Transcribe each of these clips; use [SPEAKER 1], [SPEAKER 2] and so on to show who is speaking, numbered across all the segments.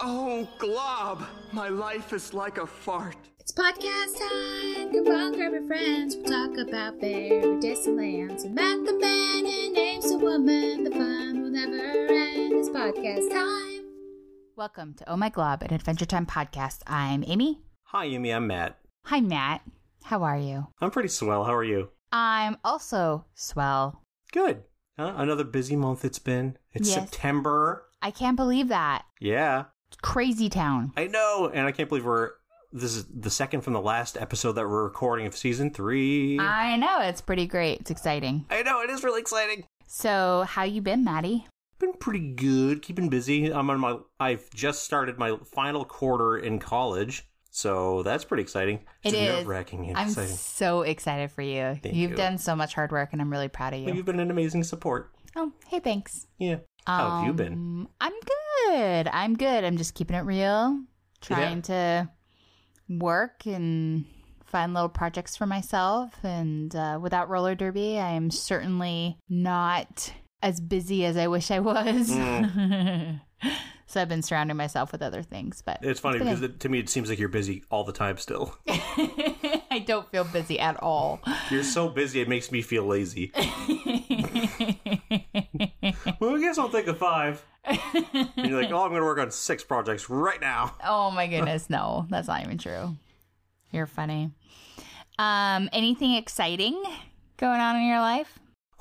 [SPEAKER 1] Oh, Glob, my life is like a fart.
[SPEAKER 2] It's podcast time. Come on, grab your friends. We'll talk about fairy and lands. And Matt the man and Ames the woman. The fun will never end. It's podcast time.
[SPEAKER 3] Welcome to Oh My Glob, an Adventure Time podcast. I'm Amy.
[SPEAKER 4] Hi, Amy. I'm Matt.
[SPEAKER 3] Hi, Matt. How are you?
[SPEAKER 4] I'm pretty swell. How are you?
[SPEAKER 3] I'm also swell.
[SPEAKER 4] Good. Huh? Another busy month it's been. It's
[SPEAKER 3] Yes.
[SPEAKER 4] September.
[SPEAKER 3] I can't believe that.
[SPEAKER 4] Yeah.
[SPEAKER 3] It's crazy town.
[SPEAKER 4] I know. And I can't believe we're. This is the second from the last episode that we're recording of season three.
[SPEAKER 3] I know. It's pretty great. It's exciting.
[SPEAKER 4] I know. It is really exciting.
[SPEAKER 3] So, how you been, Maddie?
[SPEAKER 4] Been pretty good. Keeping busy. I'm on my. I've just started my final quarter in college. So that's pretty exciting.
[SPEAKER 3] It
[SPEAKER 4] It's
[SPEAKER 3] is.
[SPEAKER 4] nerve wracking.
[SPEAKER 3] I'm
[SPEAKER 4] Exciting.
[SPEAKER 3] so excited for you.
[SPEAKER 4] Thank
[SPEAKER 3] You've
[SPEAKER 4] you.
[SPEAKER 3] done so much hard work, and I'm really proud of you.
[SPEAKER 4] But You've been an amazing support.
[SPEAKER 3] Oh, hey, thanks.
[SPEAKER 4] Yeah. How have you been?
[SPEAKER 3] Um, I'm good. I'm good. I'm just keeping it real, trying to work and find little projects for myself. And uh, without roller derby, I am certainly not as busy as I wish I was. so I've been surrounding myself with other things, but
[SPEAKER 4] It's funny
[SPEAKER 3] been
[SPEAKER 4] because it, to me it seems like you're busy all the time still.
[SPEAKER 3] I don't feel busy at all.
[SPEAKER 4] You're so busy, it makes me feel lazy. well, I guess I'll take a five. And you're like, oh, I'm going to work on six projects right now.
[SPEAKER 3] Oh my goodness, no, that's not even true. You're funny. Um, anything exciting going on in your life?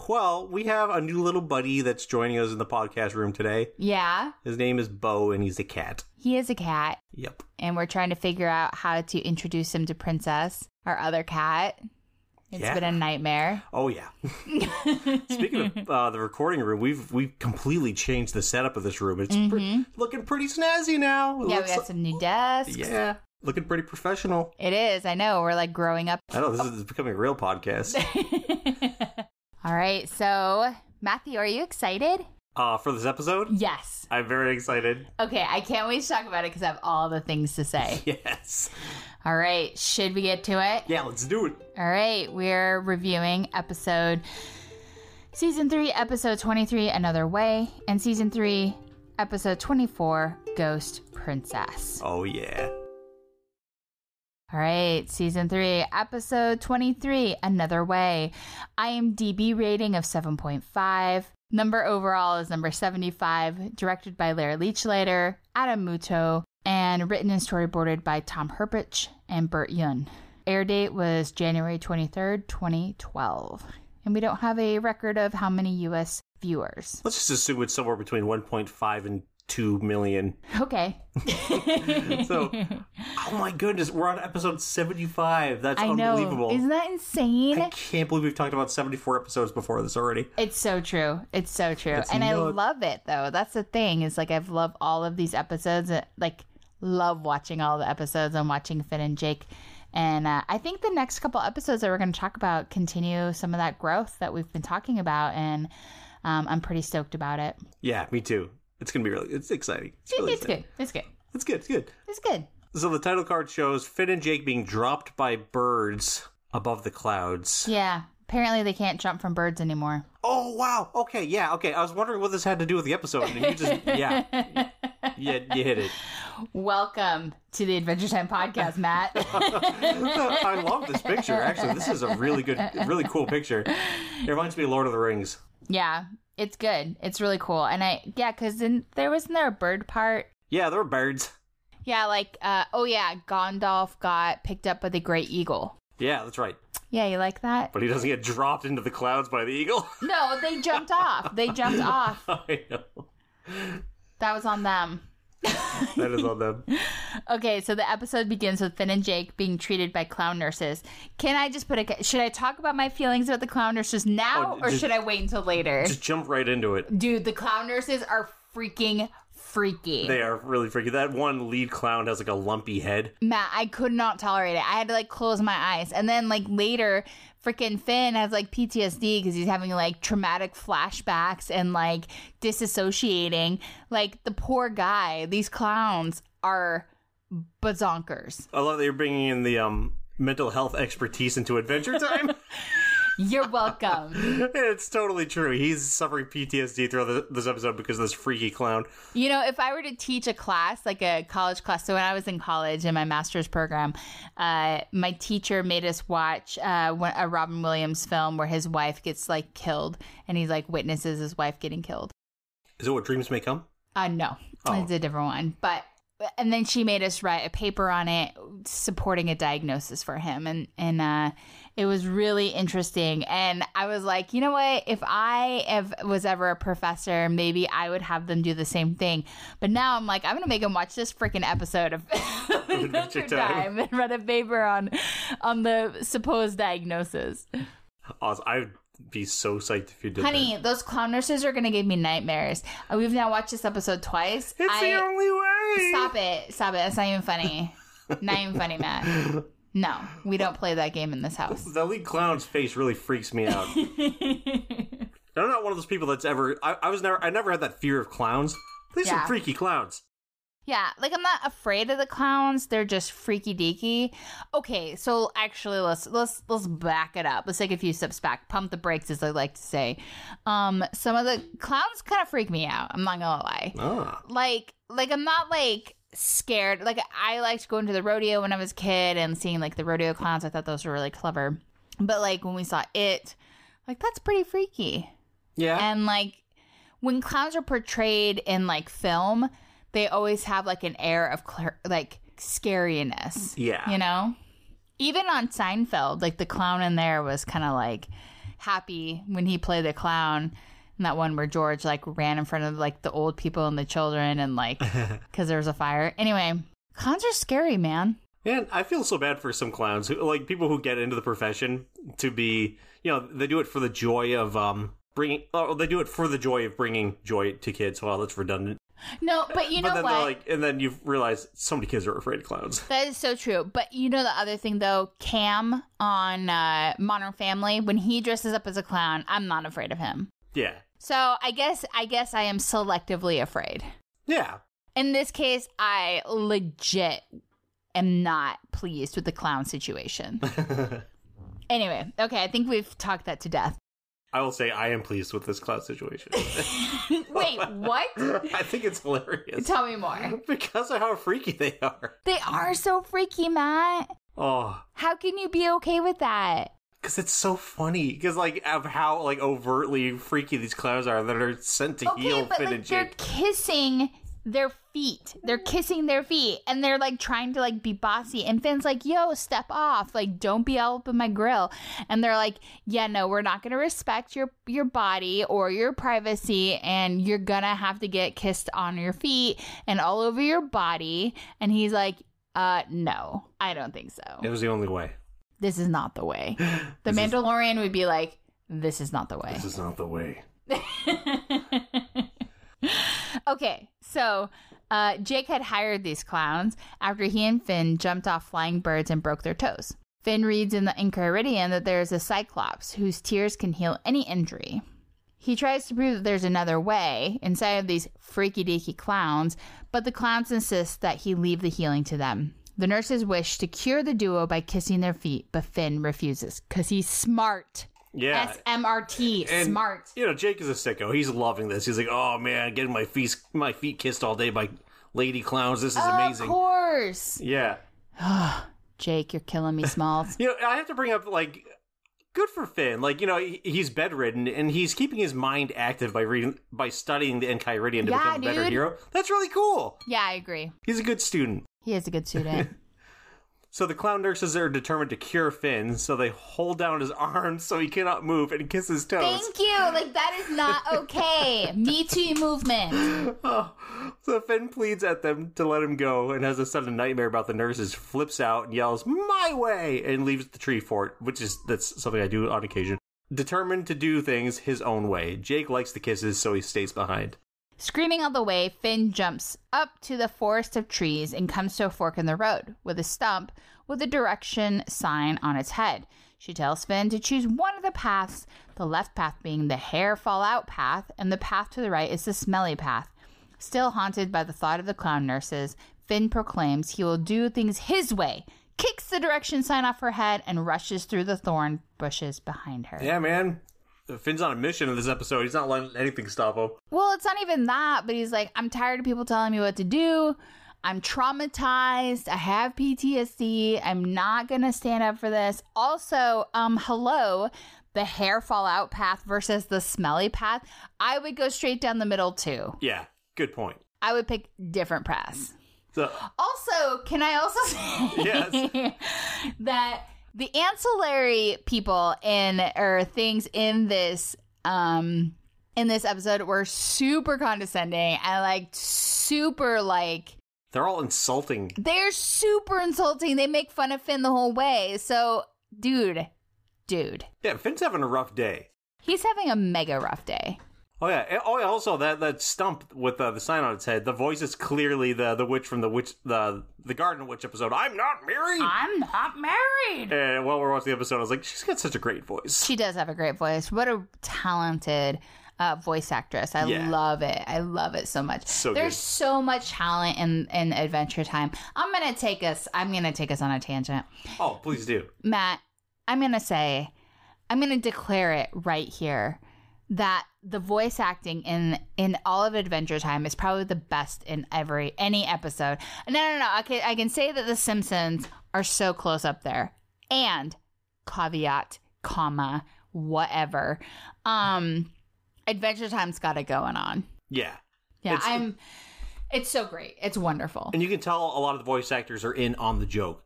[SPEAKER 4] Well, we have a new little buddy that's joining us in the podcast room today.
[SPEAKER 3] Yeah,
[SPEAKER 4] His name is Bo, and he's a cat.
[SPEAKER 3] he is a cat,
[SPEAKER 4] Yep.
[SPEAKER 3] and we're trying to figure out how to introduce him to Princess, our other cat. It's
[SPEAKER 4] Yeah.
[SPEAKER 3] been a nightmare.
[SPEAKER 4] Oh yeah. Speaking of uh, the recording room, we've we've completely changed the setup of this room. It's pre- looking pretty snazzy now. It
[SPEAKER 3] Mm-hmm. yeah, we
[SPEAKER 4] looks
[SPEAKER 3] got some new desks.
[SPEAKER 4] yeah, looking pretty professional.
[SPEAKER 3] It is. I know. We're like growing up.
[SPEAKER 4] I know this is becoming a real podcast.
[SPEAKER 3] All right. So, Matthew, are you excited?
[SPEAKER 4] Uh, for this episode,
[SPEAKER 3] Yes.
[SPEAKER 4] I'm very excited.
[SPEAKER 3] Okay. I can't wait to talk about it because I have all the things to say.
[SPEAKER 4] Yes.
[SPEAKER 3] All right. Should we get to it?
[SPEAKER 4] Yeah, let's do it.
[SPEAKER 3] All right, we're reviewing episode season 3 episode 23 Another Way and season 3 episode 24 Ghost Princess.
[SPEAKER 4] Oh yeah.
[SPEAKER 3] All right, season 3 episode 23 Another Way. IMDb rating of 7.5. Number overall is number 75, directed by Larry Leechlater, Adam Muto, and written and storyboarded by Tom Herpich and Burt Yun. Air date was January 23rd, 2012. And we don't have a record of how many US viewers.
[SPEAKER 4] Let's just assume it's somewhere between 1.5 and 2 million.
[SPEAKER 3] Okay.
[SPEAKER 4] So, oh my goodness, we're on episode 75. That's
[SPEAKER 3] I know.
[SPEAKER 4] unbelievable.
[SPEAKER 3] Isn't that insane?
[SPEAKER 4] I can't believe we've talked about 74 episodes before this already.
[SPEAKER 3] It's so true. It's so true.
[SPEAKER 4] It's
[SPEAKER 3] and I
[SPEAKER 4] nuts.
[SPEAKER 3] love it though. That's the thing. Is like I've loved all of these episodes. Uh, Like love watching all the episodes and watching Finn and Jake. And uh, I think the next couple episodes that we're going to talk about continue some of that growth that we've been talking about, and um, I'm pretty stoked about it.
[SPEAKER 4] Yeah, me too. It's going to be really, it's exciting. It's, really
[SPEAKER 3] it's
[SPEAKER 4] exciting.
[SPEAKER 3] good. It's good.
[SPEAKER 4] It's good, it's good.
[SPEAKER 3] It's good.
[SPEAKER 4] So the title card shows Finn and Jake being dropped by birds above the clouds.
[SPEAKER 3] Yeah. Apparently they can't jump from birds anymore.
[SPEAKER 4] Oh wow. Okay. Yeah. Okay. I was wondering what this had to do with the episode. And you just yeah. yeah. You hit it.
[SPEAKER 3] Welcome to the Adventure Time podcast, Matt.
[SPEAKER 4] I love this picture. Actually, this is a really good, really cool picture. It reminds me of Lord of the Rings.
[SPEAKER 3] Yeah, it's good. It's really cool. And I yeah, cuz in there wasn't there a bird part.
[SPEAKER 4] Yeah, there were birds.
[SPEAKER 3] Yeah, like uh oh yeah, Gandalf got picked up by the great eagle.
[SPEAKER 4] Yeah, that's right.
[SPEAKER 3] Yeah, you like that?
[SPEAKER 4] But he doesn't get dropped into the clouds by the eagle.
[SPEAKER 3] No, they jumped off. They jumped off.
[SPEAKER 4] I know.
[SPEAKER 3] That was on them.
[SPEAKER 4] That is on them.
[SPEAKER 3] Okay, so the episode begins with Finn and Jake being treated by clown nurses. Can I just put a should I talk about my feelings about the clown nurses now
[SPEAKER 4] Oh,
[SPEAKER 3] or
[SPEAKER 4] just-
[SPEAKER 3] should I wait until later?
[SPEAKER 4] Just jump right into it.
[SPEAKER 3] Dude, the clown nurses are freaking freaky.
[SPEAKER 4] They are really freaky. That one lead clown has like a lumpy head.
[SPEAKER 3] Matt, I could not tolerate it. I had to like close my eyes. And then like later, freaking Finn has like PTSD because he's having like traumatic flashbacks and like disassociating. Like the poor guy, these clowns are bazonkers.
[SPEAKER 4] I love that you're bringing in the um mental health expertise into Adventure Time.
[SPEAKER 3] You're welcome.
[SPEAKER 4] it's totally true. He's suffering PTSD throughout the, this episode because of this freaky clown.
[SPEAKER 3] You know, if I were to teach a class, like a college class, so when I was in college in my master's program, uh, my teacher made us watch uh, one- a Robin Williams film where his wife gets like killed and he's like witnesses his wife getting killed.
[SPEAKER 4] Is it what dreams may come?
[SPEAKER 3] Uh, no,
[SPEAKER 4] Oh.
[SPEAKER 3] it's a different one. But, and then she made us write a paper on it supporting a diagnosis for him. And, and, uh, it was really interesting. And I was like, you know what? If I ev- was ever a professor, maybe I would have them do the same thing. But now I'm like, I'm going to make them watch this freaking episode of Adventure
[SPEAKER 4] Time.
[SPEAKER 3] Time and write a paper on, on the supposed diagnosis.
[SPEAKER 4] Awesome. I would be so psyched if you did
[SPEAKER 3] Honey, those clown nurses are going to give me nightmares. Uh, We've now watched this episode twice.
[SPEAKER 4] that. It's
[SPEAKER 3] I-
[SPEAKER 4] the only way.
[SPEAKER 3] Stop it. Stop it. That's not even funny. not even funny, Matt. No, we don't play that game in this house.
[SPEAKER 4] The lead clown's face really freaks me out. I'm not one of those people that's ever. I, I was never. I never had that fear of clowns. These are
[SPEAKER 3] Yeah.
[SPEAKER 4] freaky clowns.
[SPEAKER 3] Yeah, like I'm not afraid of the clowns. They're just freaky deaky. Okay, so actually let's let's let's back it up. Let's take a few steps back. Pump the brakes as I like to say. Um some of the clowns kind of freak me out. I'm not going to lie.
[SPEAKER 4] Ah,
[SPEAKER 3] like like I'm not like scared. Like I liked going to the rodeo when I was a kid and seeing like the rodeo clowns. I thought those were really clever. But like when we saw it, like that's pretty freaky.
[SPEAKER 4] yeah.
[SPEAKER 3] And like when clowns are portrayed in like film, they always have like an air of clear, like scariness.
[SPEAKER 4] Yeah.
[SPEAKER 3] You know? Even on Seinfeld, like the clown in there was kind of like happy when he played the clown. And that one where George like ran in front of like the old people and the children and like because there was a fire. Anyway, clowns are scary, man.
[SPEAKER 4] Man, I feel so bad for some clowns, who, like people who get into the profession to be, you know, they do it for the joy of um bringing, or they do it for the joy of bringing joy to kids. Well, that's redundant.
[SPEAKER 3] No, but you
[SPEAKER 4] but
[SPEAKER 3] know
[SPEAKER 4] then
[SPEAKER 3] what?
[SPEAKER 4] they're like, and then you realize so many kids are afraid of clowns.
[SPEAKER 3] That is so true. But you know the other thing though, Cam on uh, Modern Family, when he dresses up as a clown, I'm not afraid of him.
[SPEAKER 4] Yeah,
[SPEAKER 3] So I guess I guess I am selectively afraid.
[SPEAKER 4] yeah.
[SPEAKER 3] In this case, I legit am not pleased with the clown situation. anyway, okay, I think we've talked that to death.
[SPEAKER 4] I will say I am pleased with this clown situation.
[SPEAKER 3] Wait, what?
[SPEAKER 4] I think it's hilarious
[SPEAKER 3] Tell me more.
[SPEAKER 4] because of how freaky they are.
[SPEAKER 3] They are so freaky, Matt.
[SPEAKER 4] Oh,
[SPEAKER 3] How can you be okay with that?
[SPEAKER 4] because it's so funny. Because like of how like overtly freaky these clowns are that are sent to
[SPEAKER 3] Okay,
[SPEAKER 4] heal
[SPEAKER 3] but
[SPEAKER 4] Finn
[SPEAKER 3] like
[SPEAKER 4] and
[SPEAKER 3] they're
[SPEAKER 4] Jake.
[SPEAKER 3] kissing their feet. They're kissing their feet and they're like trying to like be bossy and Finn's like, "Yo, step off. Like don't be all up in my grill." And they're like, "Yeah, no, we're not going to respect your your body or your privacy and you're going to have to get kissed on your feet and all over your body." And he's like, "Uh, no. I don't think so.
[SPEAKER 4] It was the only way.
[SPEAKER 3] This is not the way." The Mandalorian would be like, "This is not the way."
[SPEAKER 4] This is not the way.
[SPEAKER 3] Okay, so uh, Jake had hired these clowns after he and Finn jumped off flying birds and broke their toes. Finn reads in the Enchiridion that there is a Cyclops whose tears can heal any injury. He tries to prove that there's another way inside of these freaky deaky clowns, but the clowns insist that he leave the healing to them. The nurses wish to cure the duo by kissing their feet, but Finn refuses because he's smart.
[SPEAKER 4] Yeah.
[SPEAKER 3] S M R T,
[SPEAKER 4] And,
[SPEAKER 3] smart.
[SPEAKER 4] You know, Jake is a sicko. He's loving this. He's like, oh man, getting my feet my feet kissed all day by lady clowns. This is amazing.
[SPEAKER 3] Of course.
[SPEAKER 4] Yeah.
[SPEAKER 3] Jake, you're killing me, Smalls.
[SPEAKER 4] You know, I have to bring up like good for Finn. Like, you know, he- he's bedridden and he's keeping his mind active by reading by studying the Enchiridion to
[SPEAKER 3] Yeah,
[SPEAKER 4] become a better
[SPEAKER 3] dude.
[SPEAKER 4] hero. That's really cool.
[SPEAKER 3] Yeah, I agree.
[SPEAKER 4] He's a good student.
[SPEAKER 3] He is a good student.
[SPEAKER 4] So the clown nurses are determined to cure Finn, so they hold down his arms so he cannot move and kiss his toes.
[SPEAKER 3] Thank you. Like that is not okay. Me Too movement.
[SPEAKER 4] Oh, so Finn pleads at them to let him go and has a sudden nightmare about the nurses, flips out and yells, My way! and leaves the tree fort, which is that's something I do on occasion. Determined to do things his own way. Jake likes the kisses, so he stays behind.
[SPEAKER 3] Screaming all the way, Finn jumps up to the forest of trees and comes to a fork in the road with a stump with a direction sign on its head. She tells Finn to choose one of the paths, the left path being the hair fall out path, and the path to the right is the smelly path. Still haunted by the thought of the clown nurses, Finn proclaims he will do things his way, kicks the direction sign off her head, and rushes through the thorn bushes behind her.
[SPEAKER 4] Yeah, man. Finn's on a mission in this episode. He's not letting anything stop him.
[SPEAKER 3] Well, it's not even that, but he's like, I'm tired of people telling me what to do. I'm traumatized. I have PTSD. I'm not going to stand up for this. Also, um hello, the hair fallout path versus the smelly path. I would go straight down the middle too.
[SPEAKER 4] Yeah, good point.
[SPEAKER 3] I would pick different paths.
[SPEAKER 4] So,
[SPEAKER 3] Also, can I also say
[SPEAKER 4] Yes.
[SPEAKER 3] that the ancillary people in or things in this um in this episode were super condescending and like super like
[SPEAKER 4] they're all insulting.
[SPEAKER 3] they're super insulting. They make fun of Finn the whole way. So, dude, dude,
[SPEAKER 4] Yeah, Finn's having a rough day.
[SPEAKER 3] he's having a mega rough day.
[SPEAKER 4] Oh yeah. And- Oh, yeah. Also, that that stump with uh, the sign on its head. The voice is clearly the the witch from the witch the the garden witch episode. I'm not married.
[SPEAKER 3] I'm not married.
[SPEAKER 4] and while we're watching the episode, I was like, she's got such a great voice.
[SPEAKER 3] She does have a great voice. What a talented uh, voice actress. I
[SPEAKER 4] Yeah.
[SPEAKER 3] love it. I love it so much.
[SPEAKER 4] So
[SPEAKER 3] There's
[SPEAKER 4] good.
[SPEAKER 3] so much talent in, in Adventure Time. I'm gonna take us. I'm gonna take us on a tangent,
[SPEAKER 4] Oh, please do.
[SPEAKER 3] Matt. I'm gonna say, I'm gonna declare it right here that the voice acting in in all of Adventure Time is probably the best in every any episode. No, no, no. I can I can say that the Simpsons are so close up there. And caveat, comma, whatever. Um Adventure Time's got it going on.
[SPEAKER 4] Yeah.
[SPEAKER 3] Yeah,
[SPEAKER 4] It's-
[SPEAKER 3] I'm it's so great. It's wonderful.
[SPEAKER 4] And you can tell a lot of the voice actors are in on the joke.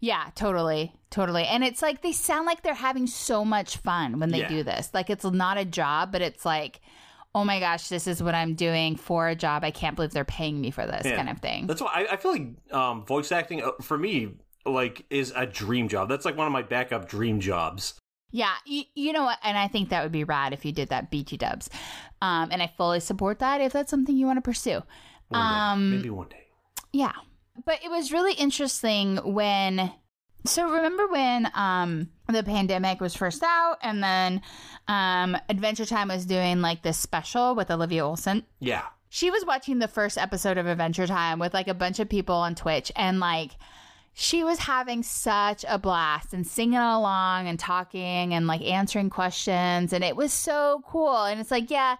[SPEAKER 3] Yeah, totally. Totally. And it's like they sound like they're having so much fun when they
[SPEAKER 4] Yeah.
[SPEAKER 3] do this. Like it's not a job, but it's like, oh my gosh, this is what I'm doing for a job. I can't believe they're paying me for this
[SPEAKER 4] Yeah.
[SPEAKER 3] kind of thing.
[SPEAKER 4] That's why I, I feel like um, voice acting uh, for me like is a dream job. That's like one of my backup dream jobs.
[SPEAKER 3] Yeah, you, you know what? And I think that would be rad if you did that, BT dubs. Um, and I fully support that if that's something you want to pursue.
[SPEAKER 4] One
[SPEAKER 3] Um,
[SPEAKER 4] day. Maybe one day.
[SPEAKER 3] Yeah. But it was really interesting when so remember when um the pandemic was first out and then um Adventure Time was doing like this special with Olivia Olson.
[SPEAKER 4] Yeah.
[SPEAKER 3] She was watching the first episode of Adventure Time with like a bunch of people on Twitch and like she was having such a blast and singing along and talking and like answering questions and it was so cool and it's like yeah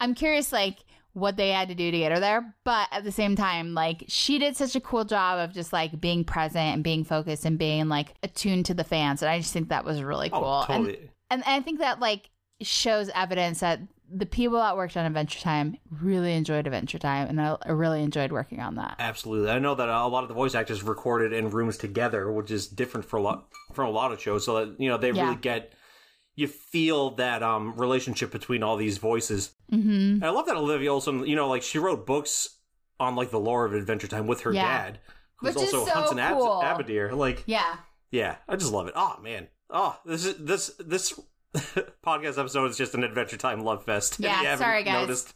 [SPEAKER 3] i'm curious like what they had to do to get her there but at the same time like she did such a cool job of just like being present and being focused and being like attuned to the fans and i just think that was really cool
[SPEAKER 4] Oh,
[SPEAKER 3] And-
[SPEAKER 4] totally.
[SPEAKER 3] and I think that like shows evidence that the people that worked on Adventure Time really enjoyed Adventure Time, and I I really enjoyed working on that.
[SPEAKER 4] Absolutely. I know that a lot of the voice actors recorded in rooms together, which is different for a lot from a lot of shows. So that you know they
[SPEAKER 3] Yeah.
[SPEAKER 4] really get you feel that um relationship between all these voices.
[SPEAKER 3] Mm-hmm.
[SPEAKER 4] And I love that Olivia Olson. You know, like she wrote books on like the lore of Adventure Time with her
[SPEAKER 3] Yeah.
[SPEAKER 4] dad, who's
[SPEAKER 3] Which is
[SPEAKER 4] also
[SPEAKER 3] so
[SPEAKER 4] hunts and Ab-
[SPEAKER 3] cool.
[SPEAKER 4] Abadir. Like,
[SPEAKER 3] Yeah,
[SPEAKER 4] yeah, I just love it. Oh man, oh this is this this podcast episode is just an Adventure Time love fest. If
[SPEAKER 3] Yeah,
[SPEAKER 4] you haven't
[SPEAKER 3] sorry, guys.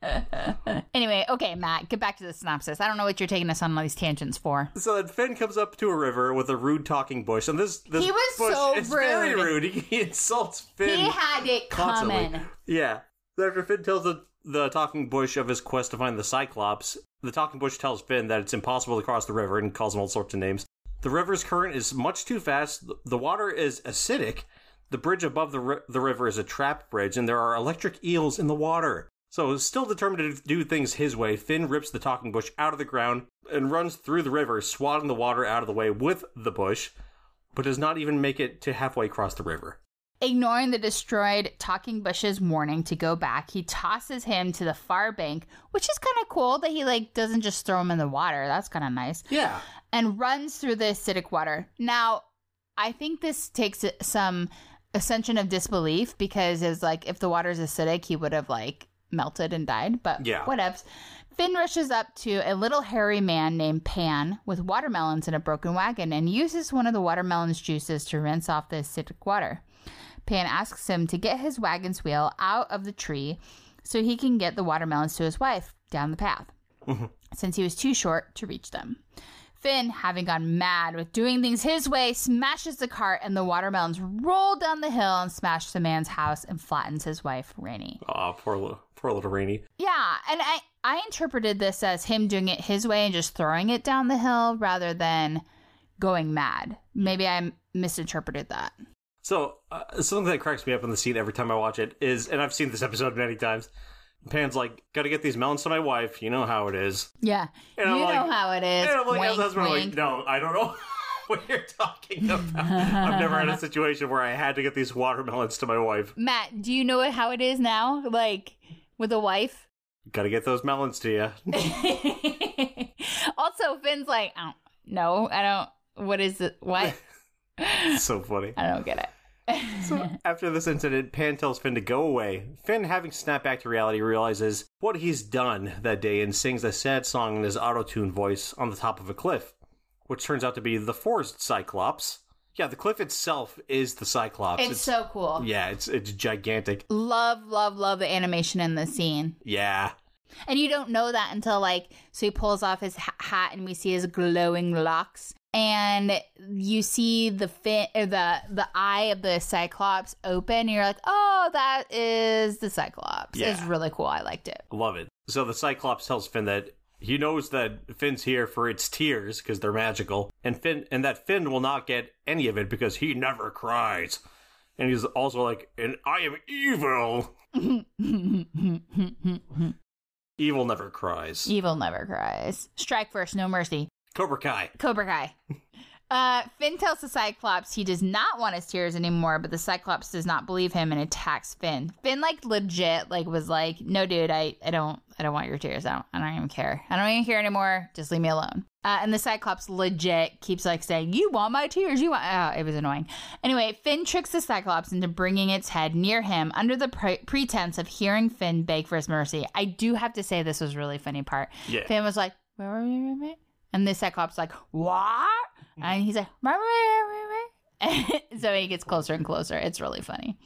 [SPEAKER 4] Noticed.
[SPEAKER 3] Anyway, okay, Matt, get back to the synopsis. I don't know what you're taking us on all these tangents for.
[SPEAKER 4] So then Finn comes up to a river with a rude talking bush, and this this
[SPEAKER 3] He was
[SPEAKER 4] bush
[SPEAKER 3] so
[SPEAKER 4] is very
[SPEAKER 3] rude.
[SPEAKER 4] rude. He, he insults Finn.
[SPEAKER 3] He had it
[SPEAKER 4] constantly.
[SPEAKER 3] coming.
[SPEAKER 4] Yeah. So After Finn tells the, the talking bush of his quest to find the Cyclops, the talking bush tells Finn that it's impossible to cross the river and calls him all sorts of names. The river's current is much too fast. th- The water is acidic. The bridge above the, ri- the river is a trap bridge, and there are electric eels in the water. So, still determined to do things his way, Finn rips the talking bush out of the ground and runs through the river, swatting the water out of the way with the bush, but does not even make it to halfway across the river.
[SPEAKER 3] Ignoring the destroyed talking bush's warning to go back, he tosses him to the far bank, which is kind of cool that he like doesn't just throw him in the water. That's kind of nice.
[SPEAKER 4] Yeah.
[SPEAKER 3] and runs through the acidic water. Now, I think this takes some ascension of disbelief because it's like if the water is acidic, he would have like melted and died. But
[SPEAKER 4] Yeah.
[SPEAKER 3] whatevs. Finn rushes up to a little hairy man named Pan with watermelons in a broken wagon and uses one of the watermelon's juices to rinse off the acidic water. Pan asks him to get his wagon's wheel out of the tree so he can get the watermelons to his wife down the path, since he was too short to reach them. Finn, having gone mad with doing things his way, smashes the cart and the watermelons roll down the hill and smash the man's house and flattens his wife, Rainey.
[SPEAKER 4] Aw, poor, li- poor little Rainy.
[SPEAKER 3] Yeah, and I, I interpreted this as him doing it his way and just throwing it down the hill rather than going mad. Maybe I misinterpreted that.
[SPEAKER 4] So uh, something that cracks me up in the scene every time I watch it is, and I've seen this episode many times. Pan's like, "Got to get these melons to my wife. You know how it is."
[SPEAKER 3] Yeah.
[SPEAKER 4] And
[SPEAKER 3] you
[SPEAKER 4] I'm like-
[SPEAKER 3] know how it is.
[SPEAKER 4] And I'm like, as
[SPEAKER 3] Wink,
[SPEAKER 4] a husband, I'm
[SPEAKER 3] wink.
[SPEAKER 4] like, "No, I don't know what you're talking about. I've never had a situation where I had to get these watermelons to my wife.
[SPEAKER 3] Matt, do you know it- how it is now? Like with a wife?
[SPEAKER 4] Got to get those melons to you."
[SPEAKER 3] also, Finn's like, I don't know. I don't. What is it? What?
[SPEAKER 4] It's so funny.
[SPEAKER 3] I don't get it.
[SPEAKER 4] After this incident, Pan tells Finn to go away. Finn, having snapped back to reality, realizes what he's done that day and sings a sad song in his auto-tune voice on the top of a cliff, which turns out to be the forest cyclops. Yeah, the cliff itself is the cyclops.
[SPEAKER 3] It's so cool.
[SPEAKER 4] yeah, it's it's gigantic.
[SPEAKER 3] Love, love, love the animation in the scene.
[SPEAKER 4] Yeah,
[SPEAKER 3] And you don't know that until like, so he pulls off his ha- hat and we see his glowing locks. And you see the fin- or the the eye of the Cyclops open, and you're like, "Oh, that is the Cyclops." It's
[SPEAKER 4] Yeah.
[SPEAKER 3] really cool. I liked it.
[SPEAKER 4] love it. So the cyclops tells Finn that he knows that Finn's here for its tears because they're magical, and Finn and that Finn will not get any of it because he never cries. And he's also like, and I am evil. Evil never cries.
[SPEAKER 3] Evil never cries. Strike first, no mercy.
[SPEAKER 4] Cobra Kai.
[SPEAKER 3] Cobra Kai. Uh, Finn tells the Cyclops he does not want his tears anymore, but the Cyclops does not believe him and attacks Finn. Finn like legit like was like, "No, dude, I, I don't I don't want your tears. I don't I don't even care. I don't even care anymore. Just leave me alone." Uh, and the Cyclops legit keeps like saying, "You want my tears? You want?" Oh, it was annoying. Anyway, Finn tricks the Cyclops into bringing its head near him under the pre- pretense of hearing Finn beg for his mercy. I do have to say this was a really funny part.
[SPEAKER 4] Yeah.
[SPEAKER 3] Finn was like, "Where were you, mate?" And the Cyclops like, "What?" And he's like, "Where were you, mate?" "So he gets closer and closer. It's really funny.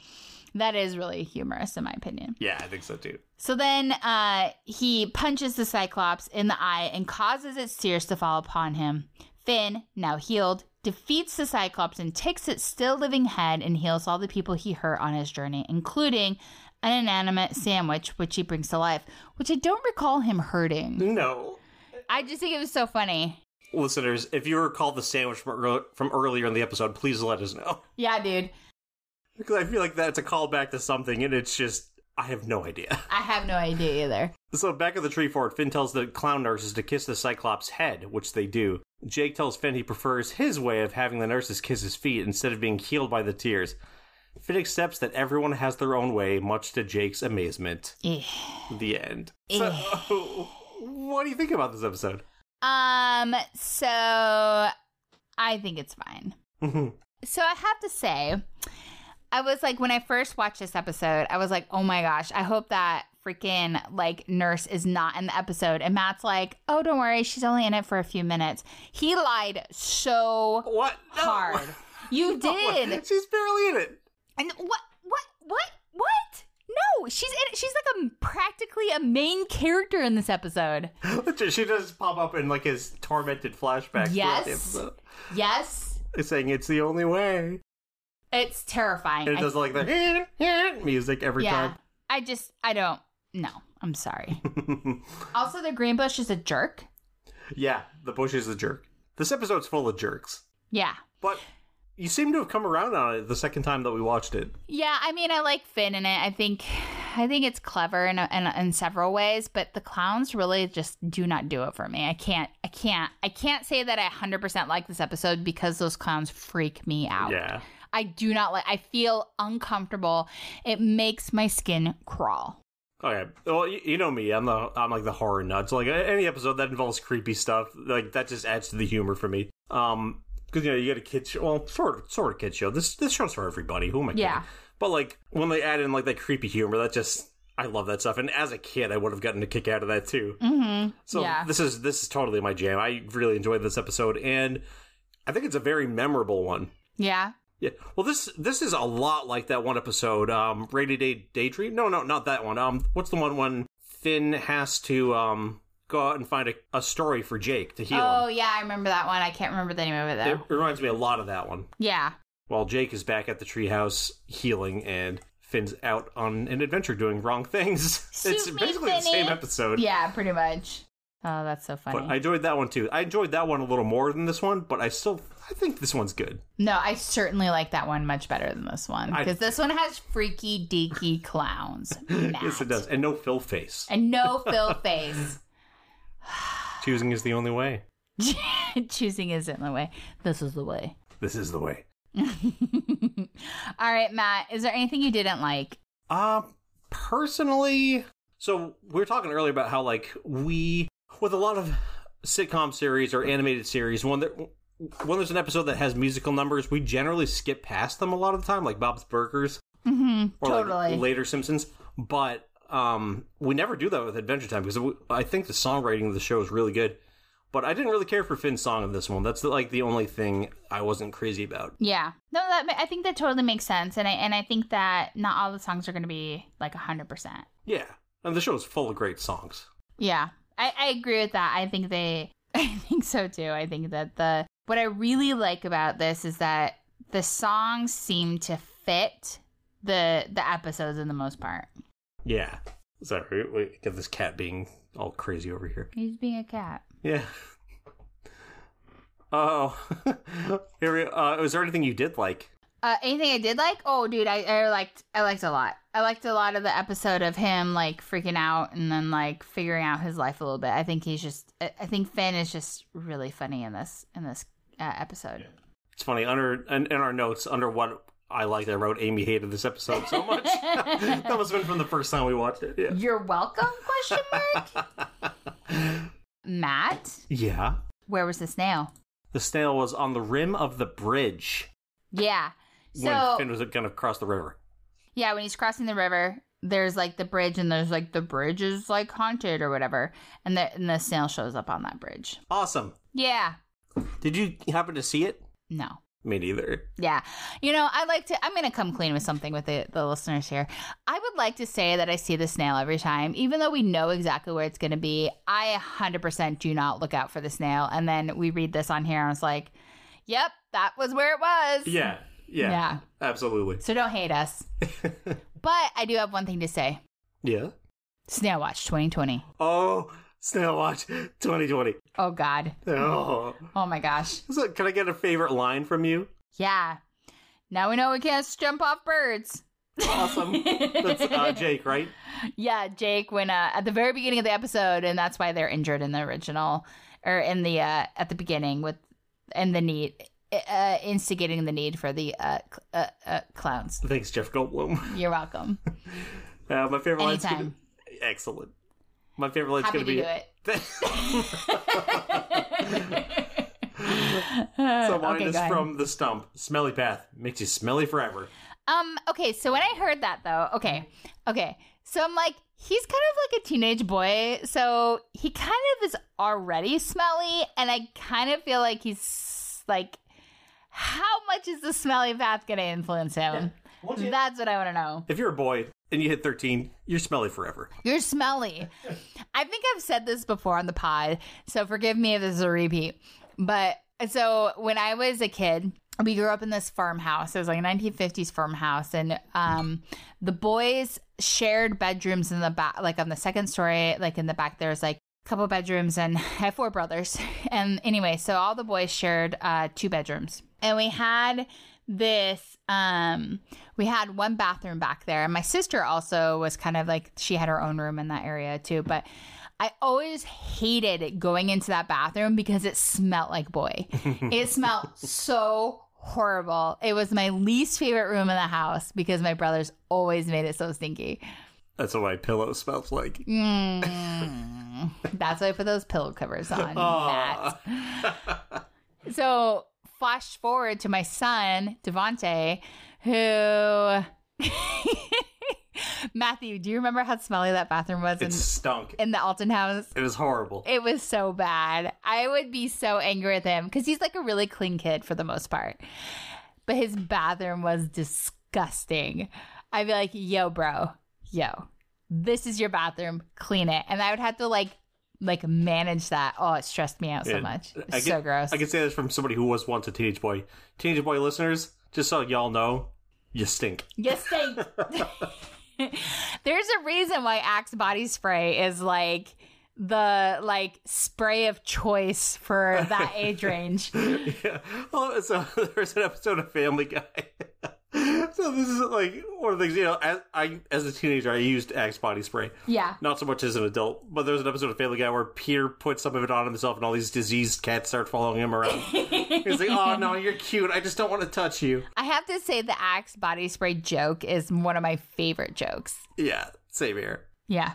[SPEAKER 3] That is really humorous, in my opinion.
[SPEAKER 4] Yeah, I think so too.
[SPEAKER 3] So then uh, he punches the Cyclops in the eye and causes its tears to fall upon him. Finn, now healed, defeats the Cyclops and takes its still living head and heals all the people he hurt on his journey, including an inanimate sandwich, which he brings to life, which I don't recall him hurting.
[SPEAKER 4] No.
[SPEAKER 3] I just think it was so funny.
[SPEAKER 4] Listeners, if you recall the sandwich from earl- from earlier in the episode, please let us know.
[SPEAKER 3] Yeah, dude.
[SPEAKER 4] Because I feel like that's a callback to something, and it's just, I have no idea.
[SPEAKER 3] I have no idea either.
[SPEAKER 4] So back at the tree fort, Finn tells the clown nurses to kiss the Cyclops' head, which they do. Jake tells Finn he prefers his way of having the nurses kiss his feet instead of being healed by the tears. Finn accepts that everyone has their own way, much to Jake's amazement.
[SPEAKER 3] Eh.
[SPEAKER 4] The end. So, what do you think about this episode?
[SPEAKER 3] Um, so I think it's fine. So I have to say, I was like, when I first watched this episode, I was like, oh my gosh, I hope that freaking like nurse is not in the episode. And Matt's like, oh, don't worry, she's only in it for a few minutes. He lied so
[SPEAKER 4] What? No.
[SPEAKER 3] hard. You did.
[SPEAKER 4] She's barely in it.
[SPEAKER 3] And what? What? What? What? No, she's in, she's like a practically a main character in this episode.
[SPEAKER 4] She does pop up in like his tormented flashbacks. throughout
[SPEAKER 3] Yes.
[SPEAKER 4] the episode,
[SPEAKER 3] Yes,
[SPEAKER 4] saying it's the only way.
[SPEAKER 3] it's terrifying.
[SPEAKER 4] And
[SPEAKER 3] I-
[SPEAKER 4] it does like the music every
[SPEAKER 3] yeah,
[SPEAKER 4] time.
[SPEAKER 3] I just I don't. No, I'm sorry. also, the green bush is a jerk.
[SPEAKER 4] Yeah, the Bush is a jerk. This episode's full of jerks.
[SPEAKER 3] Yeah,
[SPEAKER 4] But you seem to have come around on it the second time that we watched it.
[SPEAKER 3] yeah. I mean, I like Finn in it. I think I think it's clever in a, in, a, in several ways, but the clowns really just do not do it for me. I can't. I can't. I can't say that I 100 percent like this episode because those clowns freak me out.
[SPEAKER 4] Yeah.
[SPEAKER 3] I do not like. I feel uncomfortable. It makes my skin crawl.
[SPEAKER 4] Okay. Well, you, you know me. I'm the I'm like the horror nut. So like a- any episode that involves creepy stuff, like that just adds to the humor for me. Um, because you know you get a kid show. Well, sort of sort of kid show. This this show's for everybody. Who am I? kidding?
[SPEAKER 3] Yeah.
[SPEAKER 4] But like when they add in like that creepy humor, that just I love that stuff. And as a kid, I would have gotten a kick out of that too.
[SPEAKER 3] Mm-hmm.
[SPEAKER 4] So
[SPEAKER 3] Yeah.
[SPEAKER 4] this is this is totally my jam. I really enjoyed this episode, and I think it's a very memorable one.
[SPEAKER 3] Yeah.
[SPEAKER 4] Yeah. Well, this this is a lot like that one episode, um, Rainy Day Daydream. No, no, not that one. Um, what's the one when Finn has to um go out and find a, a story for Jake to heal
[SPEAKER 3] Oh
[SPEAKER 4] him?
[SPEAKER 3] yeah, I remember that one. I can't remember the name of it
[SPEAKER 4] It
[SPEAKER 3] though.
[SPEAKER 4] reminds me a lot of that one.
[SPEAKER 3] Yeah.
[SPEAKER 4] While Jake is back at the treehouse healing, and Finn's out on an adventure doing wrong things.
[SPEAKER 3] Suit
[SPEAKER 4] it's
[SPEAKER 3] me,
[SPEAKER 4] basically the same
[SPEAKER 3] Finny.
[SPEAKER 4] episode.
[SPEAKER 3] Yeah, pretty much. Oh, that's so funny.
[SPEAKER 4] But I enjoyed that one too. I enjoyed that one a little more than this one, but I still I think this one's good.
[SPEAKER 3] no, I certainly like that one much better than this one
[SPEAKER 4] I-
[SPEAKER 3] because this one has freaky deaky clowns.
[SPEAKER 4] Yes,
[SPEAKER 3] Matt.
[SPEAKER 4] it does. And no Phil face.
[SPEAKER 3] And no Phil face.
[SPEAKER 4] Choosing is the only way.
[SPEAKER 3] Choosing isn't the way. This is the way.
[SPEAKER 4] This is the way.
[SPEAKER 3] All right, Matt. Is there anything you didn't like?
[SPEAKER 4] Um, personally, so we were talking earlier about how like we with a lot of sitcom series or animated series when there when there's an episode that has musical numbers, we generally skip past them a lot of the time, like Bob's Burgers
[SPEAKER 3] Mm-hmm,
[SPEAKER 4] or
[SPEAKER 3] totally.
[SPEAKER 4] like later Simpsons. But um, we never do that with Adventure Time because we, I think the songwriting of the show is really good. But I didn't really care for Finn's song in this one. That's like the only thing I wasn't crazy about.
[SPEAKER 3] Yeah. No, that ma- I think that totally makes sense, and I and I think that not all the songs are going to be like hundred percent.
[SPEAKER 4] Yeah, and the show is full of great songs.
[SPEAKER 3] Yeah, I, I agree with that. I think they, I think so too. I think that the what I really like about this is that the songs seem to fit the the episodes in the most part.
[SPEAKER 4] Yeah. Sorry, we got this cat being all crazy over here.
[SPEAKER 3] He's being a cat.
[SPEAKER 4] Yeah. Oh, here we, uh, was there anything you did like?
[SPEAKER 3] Uh, anything I did like? Oh, dude, I, I liked I liked a lot. I liked a lot of the episode of him like freaking out and then like figuring out his life a little bit. I think he's just I, I think Finn is just really funny in this in this uh, episode.
[SPEAKER 4] It's funny under in, in our notes under what I liked, I wrote Amy hated this episode so much. that must have been from the first time we watched it. Yeah.
[SPEAKER 3] You're welcome? Question mark. Matt,
[SPEAKER 4] Yeah.
[SPEAKER 3] where was the snail?
[SPEAKER 4] The snail was on the rim of the bridge
[SPEAKER 3] Yeah.
[SPEAKER 4] when
[SPEAKER 3] So
[SPEAKER 4] Finn was going to cross the river.
[SPEAKER 3] Yeah, when he's crossing the river, there's like the bridge, and there's like the bridge is like haunted or whatever, and the and the snail shows up on that bridge.
[SPEAKER 4] Awesome.
[SPEAKER 3] Yeah,
[SPEAKER 4] Did you happen to see it?
[SPEAKER 3] no,
[SPEAKER 4] Me neither.
[SPEAKER 3] yeah, you know, I like to. I'm gonna come clean with something with the the listeners here. I would like to say that I see the snail every time, even though we know exactly where it's gonna be. I 100% do not look out for the snail, and then we read this on here, and it's like, yep, that was where it was.
[SPEAKER 4] Yeah. Yeah.
[SPEAKER 3] Yeah.
[SPEAKER 4] Absolutely.
[SPEAKER 3] So don't hate us. but I do have one thing to say.
[SPEAKER 4] Yeah.
[SPEAKER 3] Snail Watch 2020.
[SPEAKER 4] Oh, Snail Watch 2020.
[SPEAKER 3] Oh God.
[SPEAKER 4] Oh.
[SPEAKER 3] Oh my gosh.
[SPEAKER 4] So can I get a favorite line from you?
[SPEAKER 3] Yeah. Now we know we can't jump off birds.
[SPEAKER 4] Awesome. That's uh, Jake, right?
[SPEAKER 3] Yeah, Jake, when uh, at the very beginning of the episode, and that's why they're injured in the original or in the uh, at the beginning with and the need uh, instigating the need for the uh, cl- uh, uh clowns.
[SPEAKER 4] Thanks, Jeff Goldblum.
[SPEAKER 3] You're welcome.
[SPEAKER 4] Uh, my favorite line's gonna...
[SPEAKER 3] Anytime.
[SPEAKER 4] excellent. My favorite line's
[SPEAKER 3] Happy
[SPEAKER 4] gonna
[SPEAKER 3] to
[SPEAKER 4] be
[SPEAKER 3] do it.
[SPEAKER 4] so mine
[SPEAKER 3] Okay,
[SPEAKER 4] is
[SPEAKER 3] go ahead.
[SPEAKER 4] from the stump. Smelly path makes you smelly forever.
[SPEAKER 3] Um, okay, so when I heard that though, okay, okay. So I'm like, he's kind of like a teenage boy, so he kind of is already smelly, and I kind of feel like he's like, how much is the smelly bath gonna influence him? That's what I want to know.
[SPEAKER 4] If you're a boy and you hit 13, you're smelly forever.
[SPEAKER 3] You're smelly. I think I've said this before on the pod, so forgive me if this is a repeat. But so when I was a kid, we grew up in this farmhouse. It was like a 1950s farmhouse, and um, the boys shared bedrooms in the back, like on the second story, like in the back. There's like a couple bedrooms, and I have four brothers. And anyway, so all the boys shared uh, two bedrooms, and we had this um we had one bathroom back there and my sister also was kind of like she had her own room in that area too but i always hated going into that bathroom because it smelled like boy it smelled so horrible it was my least favorite room in the house because my brothers always made it so stinky
[SPEAKER 4] That's what my pillow smells like.
[SPEAKER 3] Mm. that's why i put those pillow covers on Matt.
[SPEAKER 4] Aw.
[SPEAKER 3] So flash forward to my son, Devonte, who Matthew, do you remember how smelly that bathroom was
[SPEAKER 4] It stunk.
[SPEAKER 3] in, in the Alton house?
[SPEAKER 4] It was horrible.
[SPEAKER 3] It was so bad. I would be so angry with him because he's like a really clean kid for the most part. But his bathroom was disgusting. I'd be like, yo, bro, yo, this is your bathroom. Clean it. And I would have to like like manage that. Oh, it stressed me out so
[SPEAKER 4] Yeah.
[SPEAKER 3] much. It was
[SPEAKER 4] I
[SPEAKER 3] so
[SPEAKER 4] can-
[SPEAKER 3] gross.
[SPEAKER 4] I can say this from somebody who was once a teenage boy. Teenage boy listeners, just so y'all know, you stink.
[SPEAKER 3] You stink. There's a reason why Axe body spray is like
[SPEAKER 5] the like spray of choice for that age range.
[SPEAKER 4] yeah. Well, so there's an episode of Family Guy. so this is like one of the things you know. As I, as a teenager, I used Axe body spray.
[SPEAKER 5] Yeah.
[SPEAKER 4] Not so much as an adult, but there's an episode of Family Guy where Peter puts some of it on himself, and all these diseased cats start following him around. He's like, "Oh no, you're cute. I just don't want to touch you."
[SPEAKER 3] I have to say, the Axe body spray joke is one of my favorite jokes.
[SPEAKER 4] Yeah, same here.
[SPEAKER 3] Yeah,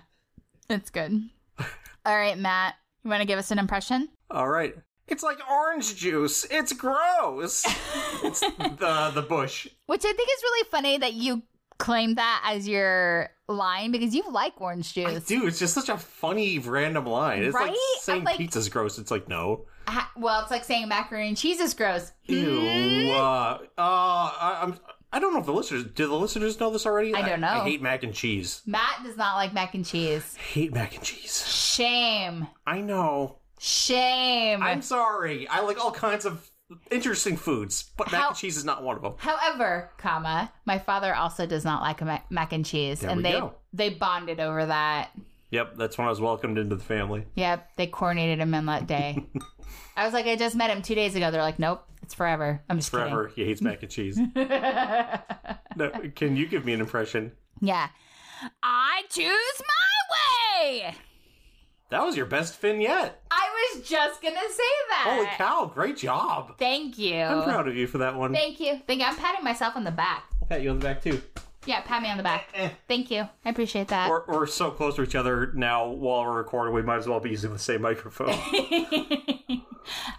[SPEAKER 3] it's good. All right, Matt, you want to give us an impression?
[SPEAKER 4] All right. It's like orange juice. It's gross. it's the the bush.
[SPEAKER 3] Which I think is really funny that you claim that as your line because you like orange
[SPEAKER 4] I
[SPEAKER 3] juice.
[SPEAKER 4] do. It's just such a funny random line. It's like
[SPEAKER 3] Right?
[SPEAKER 4] saying
[SPEAKER 3] I'm like-
[SPEAKER 4] pizza's gross. It's like no.
[SPEAKER 3] Ha- well, it's like saying macaroni and cheese is gross. Mm-hmm. Hmm?
[SPEAKER 4] Ew. Uh, uh, I, I'm. I don't know if the listeners do. The listeners know this already.
[SPEAKER 3] I don't
[SPEAKER 4] I,
[SPEAKER 3] know.
[SPEAKER 4] hate mac and cheese.
[SPEAKER 3] Matt does not like mac and cheese.
[SPEAKER 4] hate mac and cheese.
[SPEAKER 3] Shame.
[SPEAKER 4] I know.
[SPEAKER 3] Shame.
[SPEAKER 4] I'm sorry. I like all kinds of interesting foods, but mac
[SPEAKER 3] How-
[SPEAKER 4] and cheese is not one of them.
[SPEAKER 3] However, comma, my father also does not like mac, mac and cheese,
[SPEAKER 4] There
[SPEAKER 3] and
[SPEAKER 4] we
[SPEAKER 3] they
[SPEAKER 4] go.
[SPEAKER 3] they bonded over that.
[SPEAKER 4] Yep, that's when I was welcomed into the family.
[SPEAKER 3] Yep, they coordinated him on that day. I was like, I just met him two days ago. They're like, nope, it's forever. I'm just
[SPEAKER 4] Forever, he hates mac and cheese. no, can you give me an impression?
[SPEAKER 3] kidding. Yeah, I choose my way.
[SPEAKER 4] That was your best fin yet.
[SPEAKER 3] I was just gonna say that.
[SPEAKER 4] Holy cow, great job.
[SPEAKER 3] Thank you.
[SPEAKER 4] I'm proud of you for that one.
[SPEAKER 3] uh, Thank you. Thank you. I'm patting myself on the back.
[SPEAKER 4] I'll pat you on the back too.
[SPEAKER 3] Yeah, pat me on the back.
[SPEAKER 4] Eh,
[SPEAKER 3] Thank you. I appreciate that.
[SPEAKER 4] We're, we're so close to each other now while we're recording, we might as well be using the same microphone.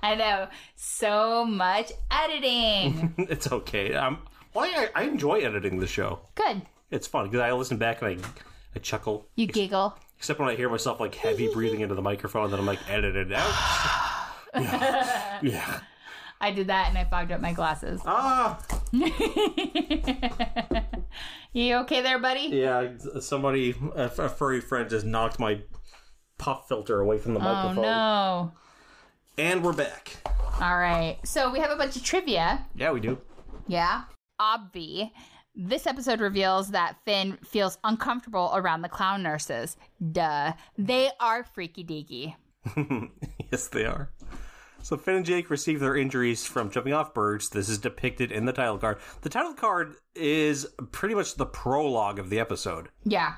[SPEAKER 3] I know. So much editing.
[SPEAKER 4] it's okay. Um, well, I, I enjoy editing the show.
[SPEAKER 3] Good.
[SPEAKER 4] It's fun because I listen back and I, I chuckle.
[SPEAKER 3] You giggle.
[SPEAKER 4] Except when I hear myself like heavy breathing into the microphone, then I'm like, edit it out. yeah. yeah.
[SPEAKER 3] I did that and I fogged up my glasses.
[SPEAKER 4] Ah.
[SPEAKER 3] You okay there, buddy?
[SPEAKER 4] Yeah, somebody, a, a furry friend, just knocked my pop filter away from the
[SPEAKER 3] Oh
[SPEAKER 4] microphone.
[SPEAKER 3] no.
[SPEAKER 4] And we're back.
[SPEAKER 3] All right. So we have a bunch of trivia.
[SPEAKER 4] Yeah, we do.
[SPEAKER 3] Yeah. Obvi. This episode reveals that Finn feels uncomfortable around the clown nurses. Duh. They are freaky deaky.
[SPEAKER 4] Yes, they are. So Finn and Jake receive their injuries from jumping off birds. This is depicted in the title card. The title card is pretty much the prologue of the episode,
[SPEAKER 3] Yeah.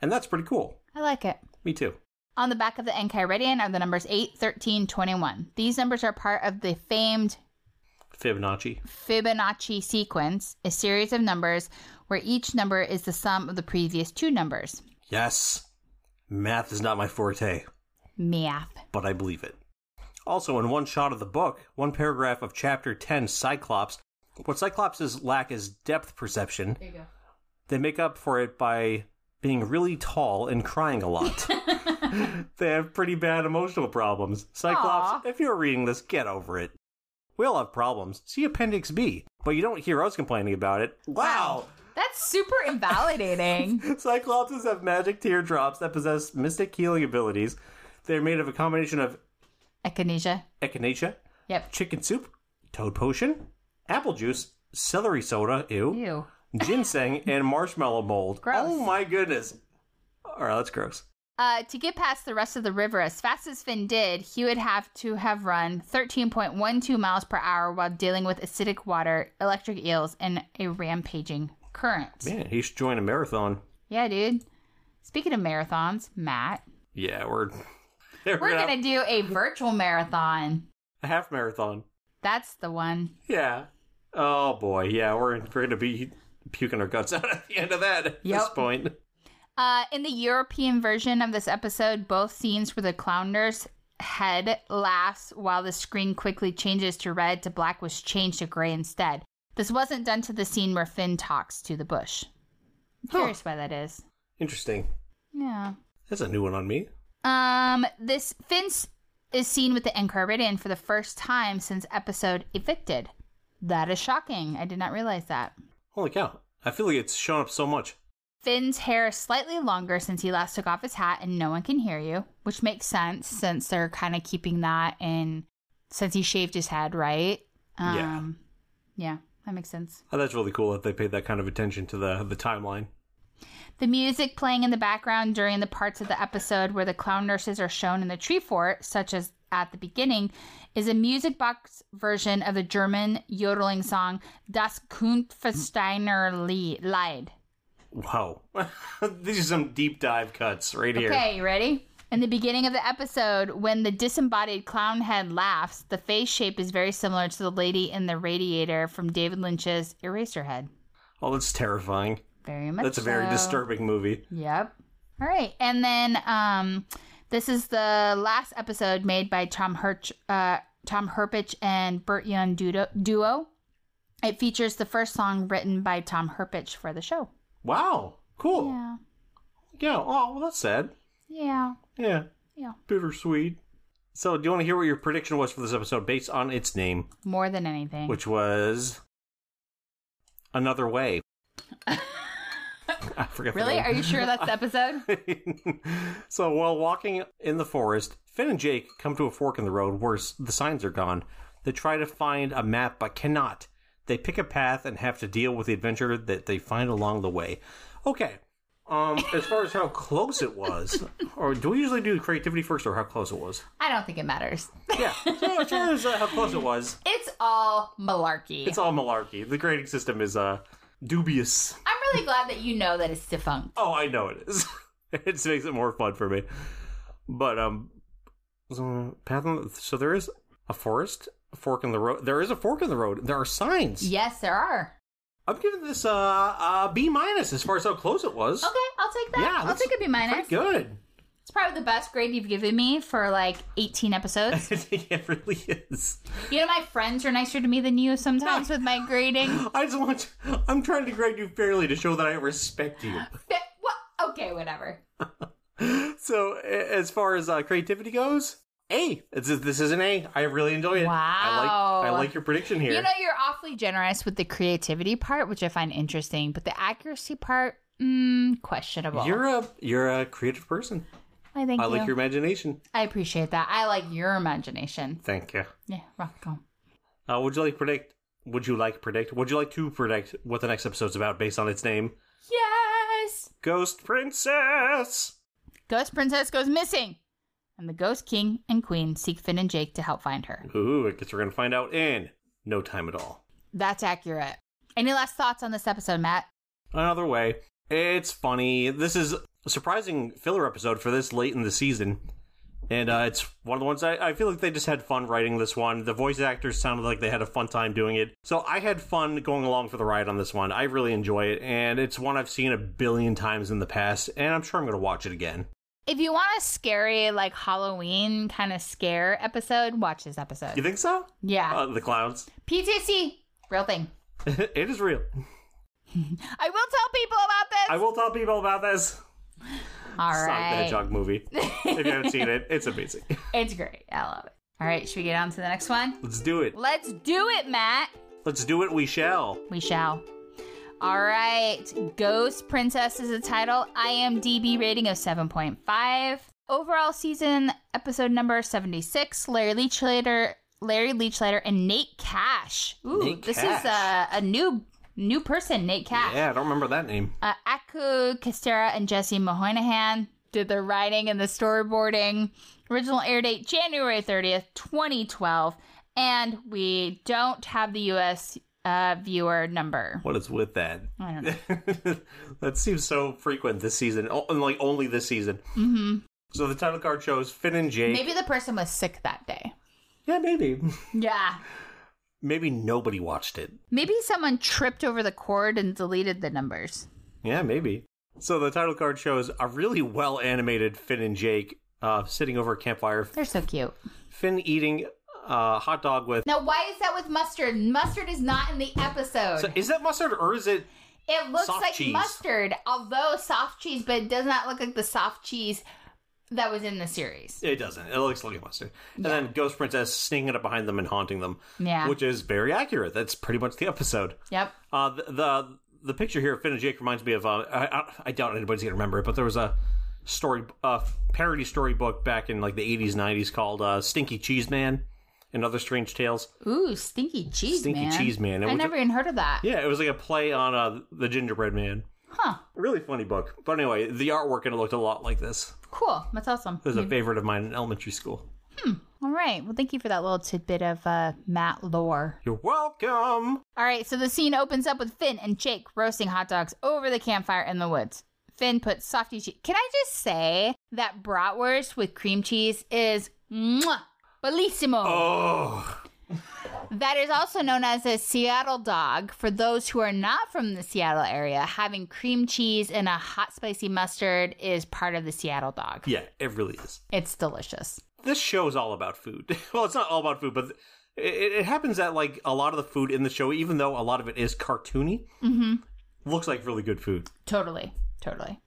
[SPEAKER 4] and that's pretty cool.
[SPEAKER 3] I like it.
[SPEAKER 4] Me too.
[SPEAKER 3] On the back of the Enchiridion are the numbers 8, 13, 21. These numbers are part of the famed
[SPEAKER 4] Fibonacci.
[SPEAKER 3] Fibonacci sequence, a series of numbers where each number is the sum of the previous two numbers.
[SPEAKER 4] Yes, math is not my forte.
[SPEAKER 3] Math.
[SPEAKER 4] but I believe it. Also, in one shot of the book, one paragraph of chapter 10, Cyclops, what Cyclopses lack is depth perception. There you go. They make up for it by being really tall and crying a lot. they have pretty bad emotional problems. Cyclops, if you're reading this, get over it. We all have problems. See Appendix B. But you don't hear us complaining about it. Wow!
[SPEAKER 3] That's super invalidating.
[SPEAKER 4] Cyclopses have magic teardrops that possess mystic healing abilities. They're made of a combination of
[SPEAKER 3] Echinacea.
[SPEAKER 4] echinacea,
[SPEAKER 3] Yep.
[SPEAKER 4] chicken soup, toad potion, apple juice, celery soda, ew,
[SPEAKER 3] Ew.
[SPEAKER 4] ginseng, and marshmallow mold.
[SPEAKER 3] Gross.
[SPEAKER 4] Oh my goodness. All right, that's gross.
[SPEAKER 3] Uh, to get past the rest of the river as fast as Finn did, he would have to have run 13.12 miles per hour while dealing with acidic water, electric eels, and a rampaging current.
[SPEAKER 4] Man, he should join a marathon.
[SPEAKER 3] Yeah, dude. Speaking of marathons, Matt,
[SPEAKER 4] Yeah, we're we're,
[SPEAKER 3] we're
[SPEAKER 4] gonna
[SPEAKER 3] going to do a virtual marathon.
[SPEAKER 4] a half marathon.
[SPEAKER 3] That's the one.
[SPEAKER 4] Yeah. Oh boy, yeah, we're we're gonna be puking our guts out at the end of that at this
[SPEAKER 3] Yep.
[SPEAKER 4] point.
[SPEAKER 3] Uh, in the European version of this episode, both scenes where the clown nurse head laughs while the screen quickly changes to red to black was changed to gray instead. This wasn't done to the scene where Finn talks to the bush. I'm curious why that is.
[SPEAKER 4] Interesting.
[SPEAKER 3] Yeah.
[SPEAKER 4] That's a new one on me.
[SPEAKER 3] Um, this Finn s- is seen with the Enchiridion for the first time since episode Evicted. That is shocking. I did not realize that.
[SPEAKER 4] Holy cow. I feel like it's shown up so much.
[SPEAKER 3] Finn's hair is slightly longer since he last took off his hat and no one can hear you, which makes sense since they're kind of keeping that in since he shaved his head, right? Um,
[SPEAKER 4] Yeah.
[SPEAKER 3] yeah. Yeah, that makes sense.
[SPEAKER 4] Oh, that's really cool that they paid that kind of attention to the the timeline.
[SPEAKER 3] The music playing in the background during the parts of the episode where the clown nurses are shown in the tree fort, such as at the beginning, is a music box version of the German yodeling song Das Kunstversteiner Lied.
[SPEAKER 4] Wow. These are some deep dive cuts right here.
[SPEAKER 3] Okay, you ready? In the beginning of the episode, when the disembodied clown head laughs, the face shape is very similar to the lady in the radiator from David Lynch's Eraserhead.
[SPEAKER 4] Oh, that's terrifying.
[SPEAKER 3] Very much.
[SPEAKER 4] That's a very
[SPEAKER 3] so.
[SPEAKER 4] disturbing movie.
[SPEAKER 3] Yep. All right, and then um, this is the last episode made by Tom Hirsch, uh, Tom Herpich and Burt Young duo- duo. It features the first song written by Tom Herpich for the show.
[SPEAKER 4] Wow. Cool. Yeah.
[SPEAKER 3] Yeah,
[SPEAKER 4] Oh, well, that's sad.
[SPEAKER 3] yeah,
[SPEAKER 4] Yeah.
[SPEAKER 3] yeah.
[SPEAKER 4] Bittersweet. So, do you want to hear what your prediction was for this episode based on its name,
[SPEAKER 3] More than anything.
[SPEAKER 4] which was Another Way? I forget. the
[SPEAKER 3] really?
[SPEAKER 4] name.
[SPEAKER 3] Are you sure that's the episode?
[SPEAKER 4] so while walking in the forest, Finn and Jake come to a fork in the road where s- the signs are gone. They try to find a map but cannot. They pick a path and have to deal with the adventure that they find along the way. Okay. Um, as far as how close it was, or do we usually do creativity first or how close it was?
[SPEAKER 3] I don't think it matters.
[SPEAKER 4] Yeah. So as far as uh, how close it was,
[SPEAKER 3] It's all malarkey.
[SPEAKER 4] it's all malarkey. The grading system is uh dubious.
[SPEAKER 3] I'm really glad that you know that it's defunct.
[SPEAKER 4] Oh, I know it is. it just makes it more fun for me. But um, so, path on, so there is a forest, a fork in the road. There is a fork in the road. There are signs.
[SPEAKER 3] Yes, there are.
[SPEAKER 4] I'm giving this uh, a B minus as far as how close it was.
[SPEAKER 3] Okay, I'll take that.
[SPEAKER 4] Yeah,
[SPEAKER 3] I'll
[SPEAKER 4] that's
[SPEAKER 3] take a B minus.
[SPEAKER 4] Pretty good.
[SPEAKER 3] It's probably the best grade you've given me for like 18 episodes.
[SPEAKER 4] it really is.
[SPEAKER 3] you know, my friends are nicer to me than you sometimes with my grading.
[SPEAKER 4] I just want. You, I'm trying to grade you fairly to show that I respect you.
[SPEAKER 3] But, what? Okay, whatever.
[SPEAKER 4] So a- as far as uh, creativity goes, A. It's, this is an A. I really enjoy it. I
[SPEAKER 3] Wow.
[SPEAKER 4] like. I like your prediction here.
[SPEAKER 3] You know, you're awfully generous with the creativity part, which I find interesting, but the accuracy part, mm, questionable.
[SPEAKER 4] You're a you're a creative person.
[SPEAKER 3] I thank
[SPEAKER 4] I
[SPEAKER 3] you.
[SPEAKER 4] like your imagination.
[SPEAKER 3] I appreciate that. I like your imagination.
[SPEAKER 4] Thank you.
[SPEAKER 3] Yeah, rock on.
[SPEAKER 4] Uh, would you like predict? Would you like predict? Would you like to predict what the next episode's about based on its name?
[SPEAKER 3] Yes!
[SPEAKER 4] Ghost Princess.
[SPEAKER 3] Ghost Princess goes missing, and the Ghost King and Queen seek Finn and Jake to help find her.
[SPEAKER 4] Ooh, I guess we're gonna find out in no time at all.
[SPEAKER 3] That's accurate. Any last thoughts on this episode, Matt?
[SPEAKER 4] Another way. It's funny. This is a surprising filler episode for this late in the season. And uh, it's one of the ones I, I feel like they just had fun writing this one. The voice actors sounded like they had a fun time doing it. So I had fun going along for the ride on this one. I really enjoy it. And it's one I've seen a billion times in the past. And I'm sure I'm going to watch it again.
[SPEAKER 3] If you want a scary, like Halloween kind of scare episode, watch this
[SPEAKER 4] You
[SPEAKER 3] episode.
[SPEAKER 4] think so?
[SPEAKER 3] Yeah.
[SPEAKER 4] Uh, the clowns.
[SPEAKER 3] PTSD, real thing.
[SPEAKER 4] it is real.
[SPEAKER 3] I will tell people about this.
[SPEAKER 4] I will tell people about this
[SPEAKER 3] All
[SPEAKER 4] Sonic the
[SPEAKER 3] right.
[SPEAKER 4] Hedgehog movie. if you haven't seen it, it's amazing.
[SPEAKER 3] It's great. I love it. All right. Should we get on to the next one?
[SPEAKER 4] Let's do it.
[SPEAKER 3] Let's do it, Matt.
[SPEAKER 4] Let's do it. We shall.
[SPEAKER 3] We shall. All right. Ghost Princess is the title. IMDb rating of 7.5. Overall season episode number 76. Larry Leechlater, Larry Leechlater, and Nate Cash. Ooh,
[SPEAKER 4] Nate
[SPEAKER 3] this
[SPEAKER 4] Cash.
[SPEAKER 3] is uh, a, a new new person, Nate Cash.
[SPEAKER 4] Yeah, I don't remember that name.
[SPEAKER 3] Uh, Aku Castera and Jesse Mahoynahan did the writing and the storyboarding. Original air date January 30th, 2012. And we don't have the U.S. Uh, viewer number.
[SPEAKER 4] What is with that?
[SPEAKER 3] I don't know.
[SPEAKER 4] that seems so frequent this season, o- and, like only this season. Mm-hmm. So the title card shows Finn and Jake.
[SPEAKER 3] Maybe the person was sick that day.
[SPEAKER 4] Yeah, maybe.
[SPEAKER 3] Yeah.
[SPEAKER 4] maybe nobody watched it.
[SPEAKER 3] Maybe someone tripped over the cord and deleted the numbers.
[SPEAKER 4] Yeah, maybe. So the title card shows a really well animated Finn and Jake uh, sitting over a campfire.
[SPEAKER 3] They're so cute.
[SPEAKER 4] Finn eating a hot dog with.
[SPEAKER 3] Now, why is that with mustard? Mustard is not in the episode.
[SPEAKER 4] So is that mustard or is it?
[SPEAKER 3] It looks
[SPEAKER 4] Soft
[SPEAKER 3] like
[SPEAKER 4] cheese.
[SPEAKER 3] mustard, although soft cheese, but it does not look like the soft cheese that was in the series.
[SPEAKER 4] It doesn't. It looks like mustard. And then Ghost Princess sneaking up behind them and haunting them.
[SPEAKER 3] Yeah.
[SPEAKER 4] Which is very accurate. That's pretty much the episode.
[SPEAKER 3] Yep.
[SPEAKER 4] Uh, the, the the picture here of Finn and Jake reminds me of uh, I, I- I doubt anybody's gonna remember it, but there was a story, a parody storybook back in like the eighties, nineties called uh, Stinky Cheese Man and Other Strange Tales.
[SPEAKER 3] Ooh, stinky cheese
[SPEAKER 4] Stinky
[SPEAKER 3] man.
[SPEAKER 4] cheese man. It
[SPEAKER 3] I
[SPEAKER 4] was-
[SPEAKER 3] never even heard of that.
[SPEAKER 4] Yeah, it was like a play on uh, the Gingerbread Man.
[SPEAKER 3] Huh.
[SPEAKER 4] Really funny book. But anyway, the artwork in it looked a lot like this.
[SPEAKER 3] Cool. That's awesome.
[SPEAKER 4] It was a favorite of mine in elementary school.
[SPEAKER 3] All right. Well, thank you for that little tidbit of uh, Matt lore.
[SPEAKER 4] You're welcome.
[SPEAKER 3] All right. So the scene opens up with Finn and Jake roasting hot dogs over the campfire in the woods. Finn puts softy cheese. Can I just say that bratwurst with cream cheese is mwah, bellissimo?
[SPEAKER 4] Oh,
[SPEAKER 3] That is also known as a Seattle dog for those who are not from the Seattle area. Having cream cheese and a hot spicy mustard is part of the Seattle dog.
[SPEAKER 4] yeah, it really is.
[SPEAKER 3] It's delicious.
[SPEAKER 4] This show is all about food. well, it's not all about food, but it, it happens that like a lot of the food in the show, even though a lot of it is cartoony, looks like really good food.
[SPEAKER 3] Totally. Totally.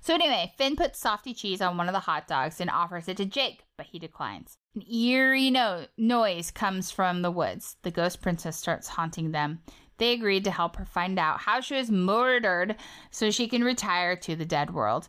[SPEAKER 3] So anyway, Finn puts softy cheese on one of the hot dogs and offers it to Jake, but he declines. An eerie no- noise comes from the woods. The ghost princess starts haunting them. They agreed to help her find out how she was murdered so she can retire to the dead world.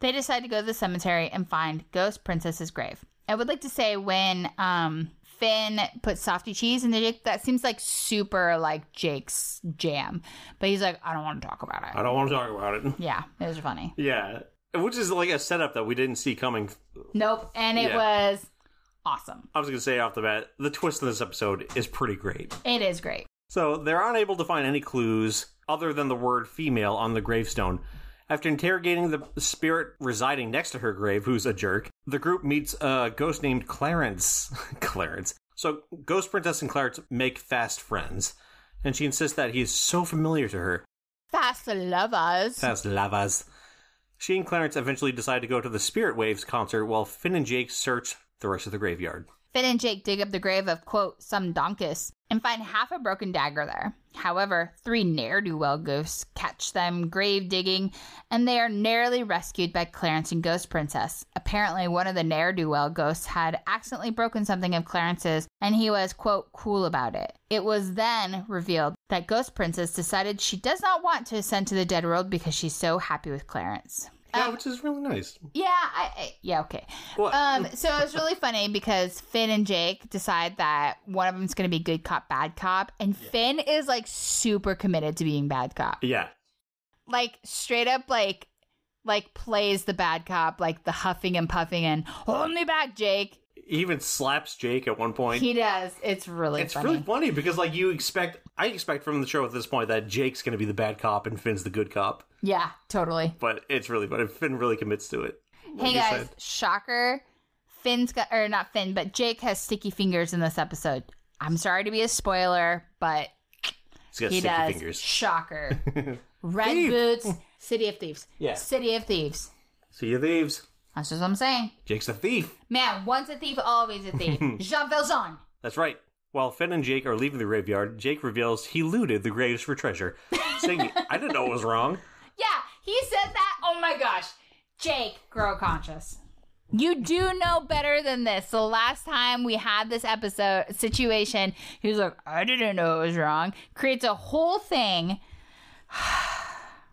[SPEAKER 3] They decide to go to the cemetery and find Ghost Princess's grave. I would like to say when um Finn puts softy cheese in the Jake, that seems like super like Jake's jam. But he's like, I don't want to talk about it.
[SPEAKER 4] I don't want to talk about it.
[SPEAKER 3] Yeah, it was funny.
[SPEAKER 4] yeah, which is like a setup that we didn't see coming.
[SPEAKER 3] Nope, and it
[SPEAKER 4] Yeah.
[SPEAKER 3] was awesome.
[SPEAKER 4] I was going to say off the bat, the twist in this episode is pretty great.
[SPEAKER 3] It is great.
[SPEAKER 4] So they're unable to find any clues other than the word female on the gravestone. After interrogating the spirit residing next to her grave, who's a jerk, the group meets a ghost named Clarence. Clarence. So Ghost Princess and Clarence make fast friends, and she insists that he is so familiar to her.
[SPEAKER 3] Fast lovers.
[SPEAKER 4] Fast lavas. She and Clarence eventually decide to go to the Spirit Waves concert while Finn and Jake search the rest of the graveyard.
[SPEAKER 3] Finn and Jake dig up the grave of quote some donkus and find half a broken dagger there. However, three ne'er do well ghosts catch them grave digging, and they are narrowly rescued by Clarence and Ghost Princess. Apparently, one of the ne'er do well ghosts had accidentally broken something of Clarence's, and he was quote cool about it. It was then revealed that Ghost Princess decided she does not want to ascend to the dead world because she's so happy with Clarence.
[SPEAKER 4] Yeah, which is really nice.
[SPEAKER 3] Yeah, I, I yeah, okay.
[SPEAKER 4] What?
[SPEAKER 3] Um, so it was really funny because Finn and Jake decide that one of them's going to be good cop, bad cop, and Finn is like super committed to being bad cop.
[SPEAKER 4] yeah.
[SPEAKER 3] Like straight up, like like plays the bad cop, like the huffing and puffing and hold me back, Jake.
[SPEAKER 4] He even slaps Jake at one point.
[SPEAKER 3] He does. It's really
[SPEAKER 4] It's
[SPEAKER 3] funny.
[SPEAKER 4] really funny because like you expect I expect from the show at this point that Jake's gonna be the bad cop and Finn's the good cop.
[SPEAKER 3] yeah, totally.
[SPEAKER 4] But it's really funny. Finn really commits to it. Like
[SPEAKER 3] hey
[SPEAKER 4] you
[SPEAKER 3] guys,
[SPEAKER 4] said.
[SPEAKER 3] shocker! Finn's got or not Finn, but Jake has sticky fingers in this episode. I'm sorry to be a spoiler, but
[SPEAKER 4] He's got
[SPEAKER 3] He
[SPEAKER 4] sticky
[SPEAKER 3] does.
[SPEAKER 4] fingers.
[SPEAKER 3] Shocker. Red
[SPEAKER 4] Thief.
[SPEAKER 3] boots. City of thieves.
[SPEAKER 4] Yeah.
[SPEAKER 3] City of thieves.
[SPEAKER 4] See you thieves.
[SPEAKER 3] That's just what I'm saying.
[SPEAKER 4] Jake's a thief.
[SPEAKER 3] Man, once a thief, always a thief. Jean Valjean.
[SPEAKER 4] That's right. While Finn and Jake are leaving the graveyard, Jake reveals he looted the graves for treasure, saying, I didn't know it was wrong.
[SPEAKER 3] Yeah, he said that. Oh my gosh. Jake, grow conscious. You do know better than this. The last time we had this episode situation, he was like, I didn't know it was wrong. Creates a whole thing.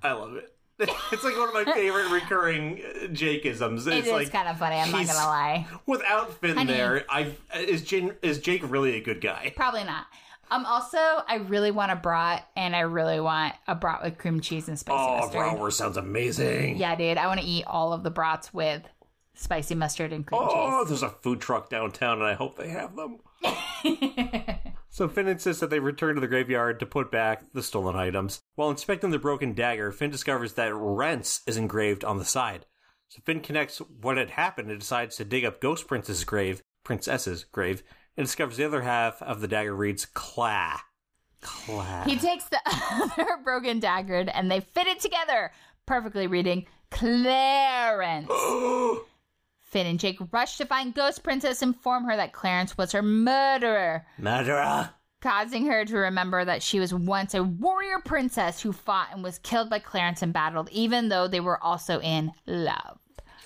[SPEAKER 4] I love it. it's like one of my favorite recurring uh, Jakeisms.
[SPEAKER 3] It
[SPEAKER 4] it's
[SPEAKER 3] is
[SPEAKER 4] like
[SPEAKER 3] kind of funny. I'm not going
[SPEAKER 4] he's-
[SPEAKER 3] to lie.
[SPEAKER 4] without Finn
[SPEAKER 3] Honey.
[SPEAKER 4] there, I is Jin, is Jake really a good guy?
[SPEAKER 3] Probably not. Um. Also, I really want a brat, and I really want a brat with cream cheese and spicy
[SPEAKER 4] Oh,
[SPEAKER 3] mustard.
[SPEAKER 4] Brower sounds amazing.
[SPEAKER 3] Yeah, dude, I want to eat all of the brats with spicy mustard and cream
[SPEAKER 4] Oh,
[SPEAKER 3] cheese.
[SPEAKER 4] there's a food truck downtown, and I hope they have them. so Finn insists that they return to the graveyard to put back the stolen items. While inspecting the broken dagger, Finn discovers that Rents is engraved on the side. So Finn connects what had happened and decides to dig up Ghost Princess's grave, Princess's grave, and discovers the other half of the dagger reads Cla. Cla.
[SPEAKER 3] He takes the other broken dagger and they fit it together, perfectly reading Clarence. Finn and Jake rush to find Ghost Princess and inform her that Clarence was her murderer.
[SPEAKER 4] Murderer.
[SPEAKER 3] causing her to remember that she was once a warrior princess who fought and was killed by Clarence and battled, even though they were also in love.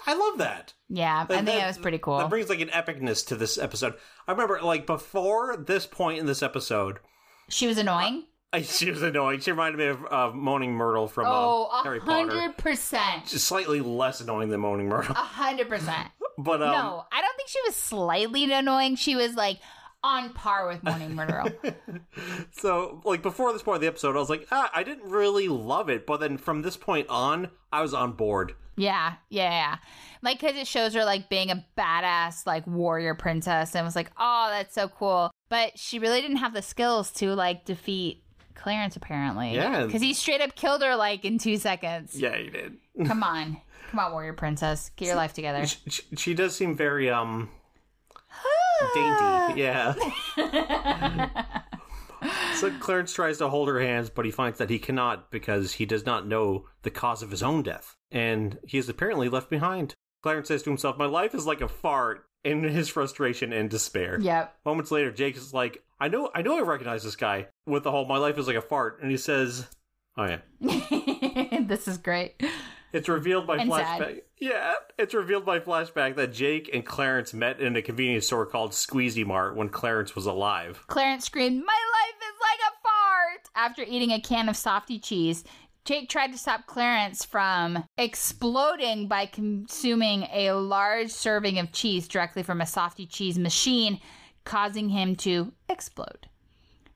[SPEAKER 4] I love that.
[SPEAKER 3] Yeah, I think
[SPEAKER 4] Like,
[SPEAKER 3] that was pretty cool.
[SPEAKER 4] That brings like an epicness to this episode. I remember like before this point in this episode,
[SPEAKER 3] she was annoying.
[SPEAKER 4] I, she was annoying. She reminded me of uh, Moaning Myrtle from
[SPEAKER 3] Oh,
[SPEAKER 4] uh,
[SPEAKER 3] a
[SPEAKER 4] Harry Potter.
[SPEAKER 3] hundred Uh, percent,
[SPEAKER 4] Just slightly less annoying than Moaning Myrtle,
[SPEAKER 3] a hundred percent.
[SPEAKER 4] but um,
[SPEAKER 3] No, I don't think she was slightly annoying. She was like on par with Morning Murder.
[SPEAKER 4] So, like before this point of the episode, I was like, ah, I didn't really love it, but then from this point on, I was on board.
[SPEAKER 3] yeah, yeah, yeah. Like, because it shows her like being a badass, like warrior princess, and was like, oh, that's so cool. But she really didn't have the skills to like defeat Clarence, apparently.
[SPEAKER 4] Yeah.
[SPEAKER 3] Because he straight up killed her like in two seconds.
[SPEAKER 4] Yeah, you did.
[SPEAKER 3] Come on. Come on, warrior princess. Get your life together.
[SPEAKER 4] She, she, she does seem very um dainty. Yeah. so Clarence tries to hold her hands, but he finds that he cannot because he does not know the cause of his own death, and he is apparently left behind. Clarence says to himself, "My life is like a fart." In his frustration and despair.
[SPEAKER 3] Yep.
[SPEAKER 4] Moments later, Jake is like, "I know, I know, I recognize this guy." With the whole "My life is like a fart," and he says, "Oh yeah."
[SPEAKER 3] this is great.
[SPEAKER 4] It's revealed by
[SPEAKER 3] And
[SPEAKER 4] flashback.
[SPEAKER 3] sad.
[SPEAKER 4] Yeah, it's revealed by flashback that Jake and Clarence met in a convenience store called Squeezy Mart when Clarence was alive.
[SPEAKER 3] Clarence screamed, My life is like a fart! After eating a can of softy cheese, Jake tried to stop Clarence from exploding by consuming a large serving of cheese directly from a softy cheese machine, causing him to explode.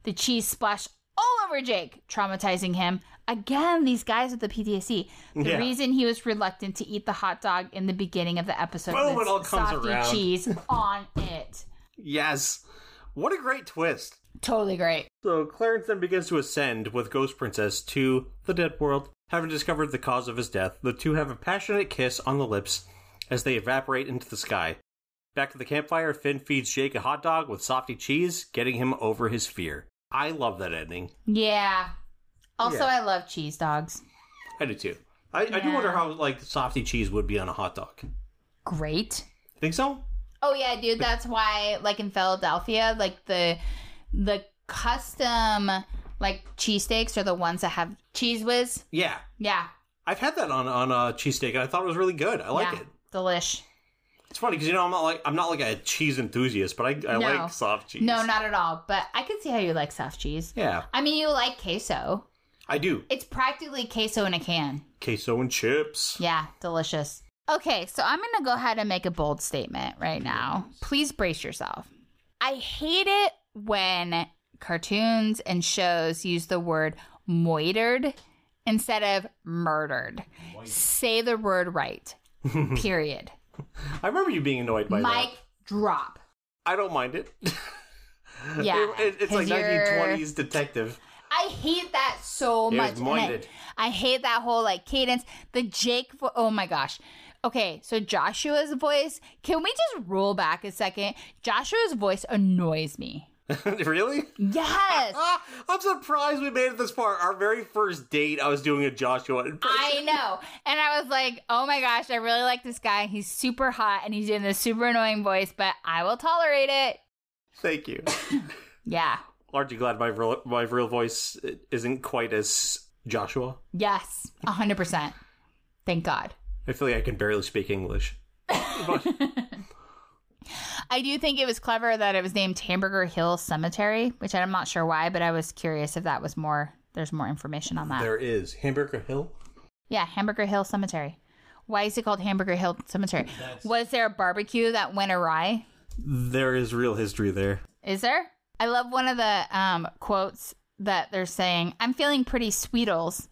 [SPEAKER 3] The cheese splashed all over Jake, traumatizing him. Again, these guys with the PTSD. The
[SPEAKER 4] Yeah.
[SPEAKER 3] reason he was reluctant to eat the hot dog in the beginning of the episode
[SPEAKER 4] Boom,
[SPEAKER 3] was
[SPEAKER 4] it all comes
[SPEAKER 3] softy
[SPEAKER 4] around.
[SPEAKER 3] cheese on it.
[SPEAKER 4] Yes, what a great twist!
[SPEAKER 3] Totally great.
[SPEAKER 4] So Clarence then begins to ascend with Ghost Princess to the dead world. Having discovered the cause of his death, the two have a passionate kiss on the lips as they evaporate into the sky. Back to the campfire, Finn feeds Jake a hot dog with softy cheese, getting him over his fear. I love that ending.
[SPEAKER 3] Yeah. Also,
[SPEAKER 4] Yeah.
[SPEAKER 3] I love cheese dogs.
[SPEAKER 4] I do too. I, I do
[SPEAKER 3] Yeah.
[SPEAKER 4] wonder how like softy cheese would be on a hot dog.
[SPEAKER 3] Great.
[SPEAKER 4] Think so?
[SPEAKER 3] Oh yeah, dude. That's why, like in Philadelphia, like the the custom like cheesesteaks are the ones that have cheese whiz.
[SPEAKER 4] Yeah,
[SPEAKER 3] Yeah.
[SPEAKER 4] I've had that on on a cheesesteak, and I thought it was really good. I like
[SPEAKER 3] yeah.
[SPEAKER 4] it.
[SPEAKER 3] Delish.
[SPEAKER 4] It's funny because you know I'm not like I'm not like a cheese enthusiast, but I,
[SPEAKER 3] No.
[SPEAKER 4] I like soft cheese.
[SPEAKER 3] No, not at all. But I could see how you like soft cheese.
[SPEAKER 4] Yeah,
[SPEAKER 3] I mean, you like queso.
[SPEAKER 4] I do.
[SPEAKER 3] It's practically queso in a can.
[SPEAKER 4] Queso and chips.
[SPEAKER 3] Yeah, delicious. Okay, so I'm going to go ahead and make a bold statement right now. Please brace yourself. I hate it when cartoons and shows use the word moitered instead of murdered. Say the word right. Period.
[SPEAKER 4] I remember you being annoyed by
[SPEAKER 3] Mic
[SPEAKER 4] that.
[SPEAKER 3] drop.
[SPEAKER 4] I don't mind it.
[SPEAKER 3] Yeah.
[SPEAKER 4] It- it's like
[SPEAKER 3] 'cause you're-
[SPEAKER 4] 1920s detective.
[SPEAKER 3] I hate that so
[SPEAKER 4] It
[SPEAKER 3] much.
[SPEAKER 4] was
[SPEAKER 3] and I-
[SPEAKER 4] moited.
[SPEAKER 3] I, hate that whole like cadence. The Jake, vo- oh my gosh. Okay, so Joshua's voice. Can we just roll back a second? Joshua's voice annoys me.
[SPEAKER 4] really?
[SPEAKER 3] Yes,
[SPEAKER 4] Ah, I'm surprised we made it this far. Our very first date, I was doing a Joshua impression.
[SPEAKER 3] I know. And I was like, oh my gosh, I really like this guy. He's super hot and he's doing this super annoying voice, but I will tolerate it.
[SPEAKER 4] Thank you.
[SPEAKER 3] Yeah.
[SPEAKER 4] Aren't you glad my real, my real voice isn't quite as Joshua?
[SPEAKER 3] Yes, 100%. Thank God.
[SPEAKER 4] I feel like I can barely speak English.
[SPEAKER 3] I do think it was clever that it was named Hamburger Hill Cemetery, which I'm not sure why, but I was curious if that was more. There's more information on that.
[SPEAKER 4] There is Hamburger Hill.
[SPEAKER 3] yeah, Hamburger Hill Cemetery. Why is it called Hamburger Hill Cemetery? Was there a barbecue that went awry?
[SPEAKER 4] There is real history there.
[SPEAKER 3] Is there? I love one of the um, quotes that they're saying. I'm feeling pretty sweetles,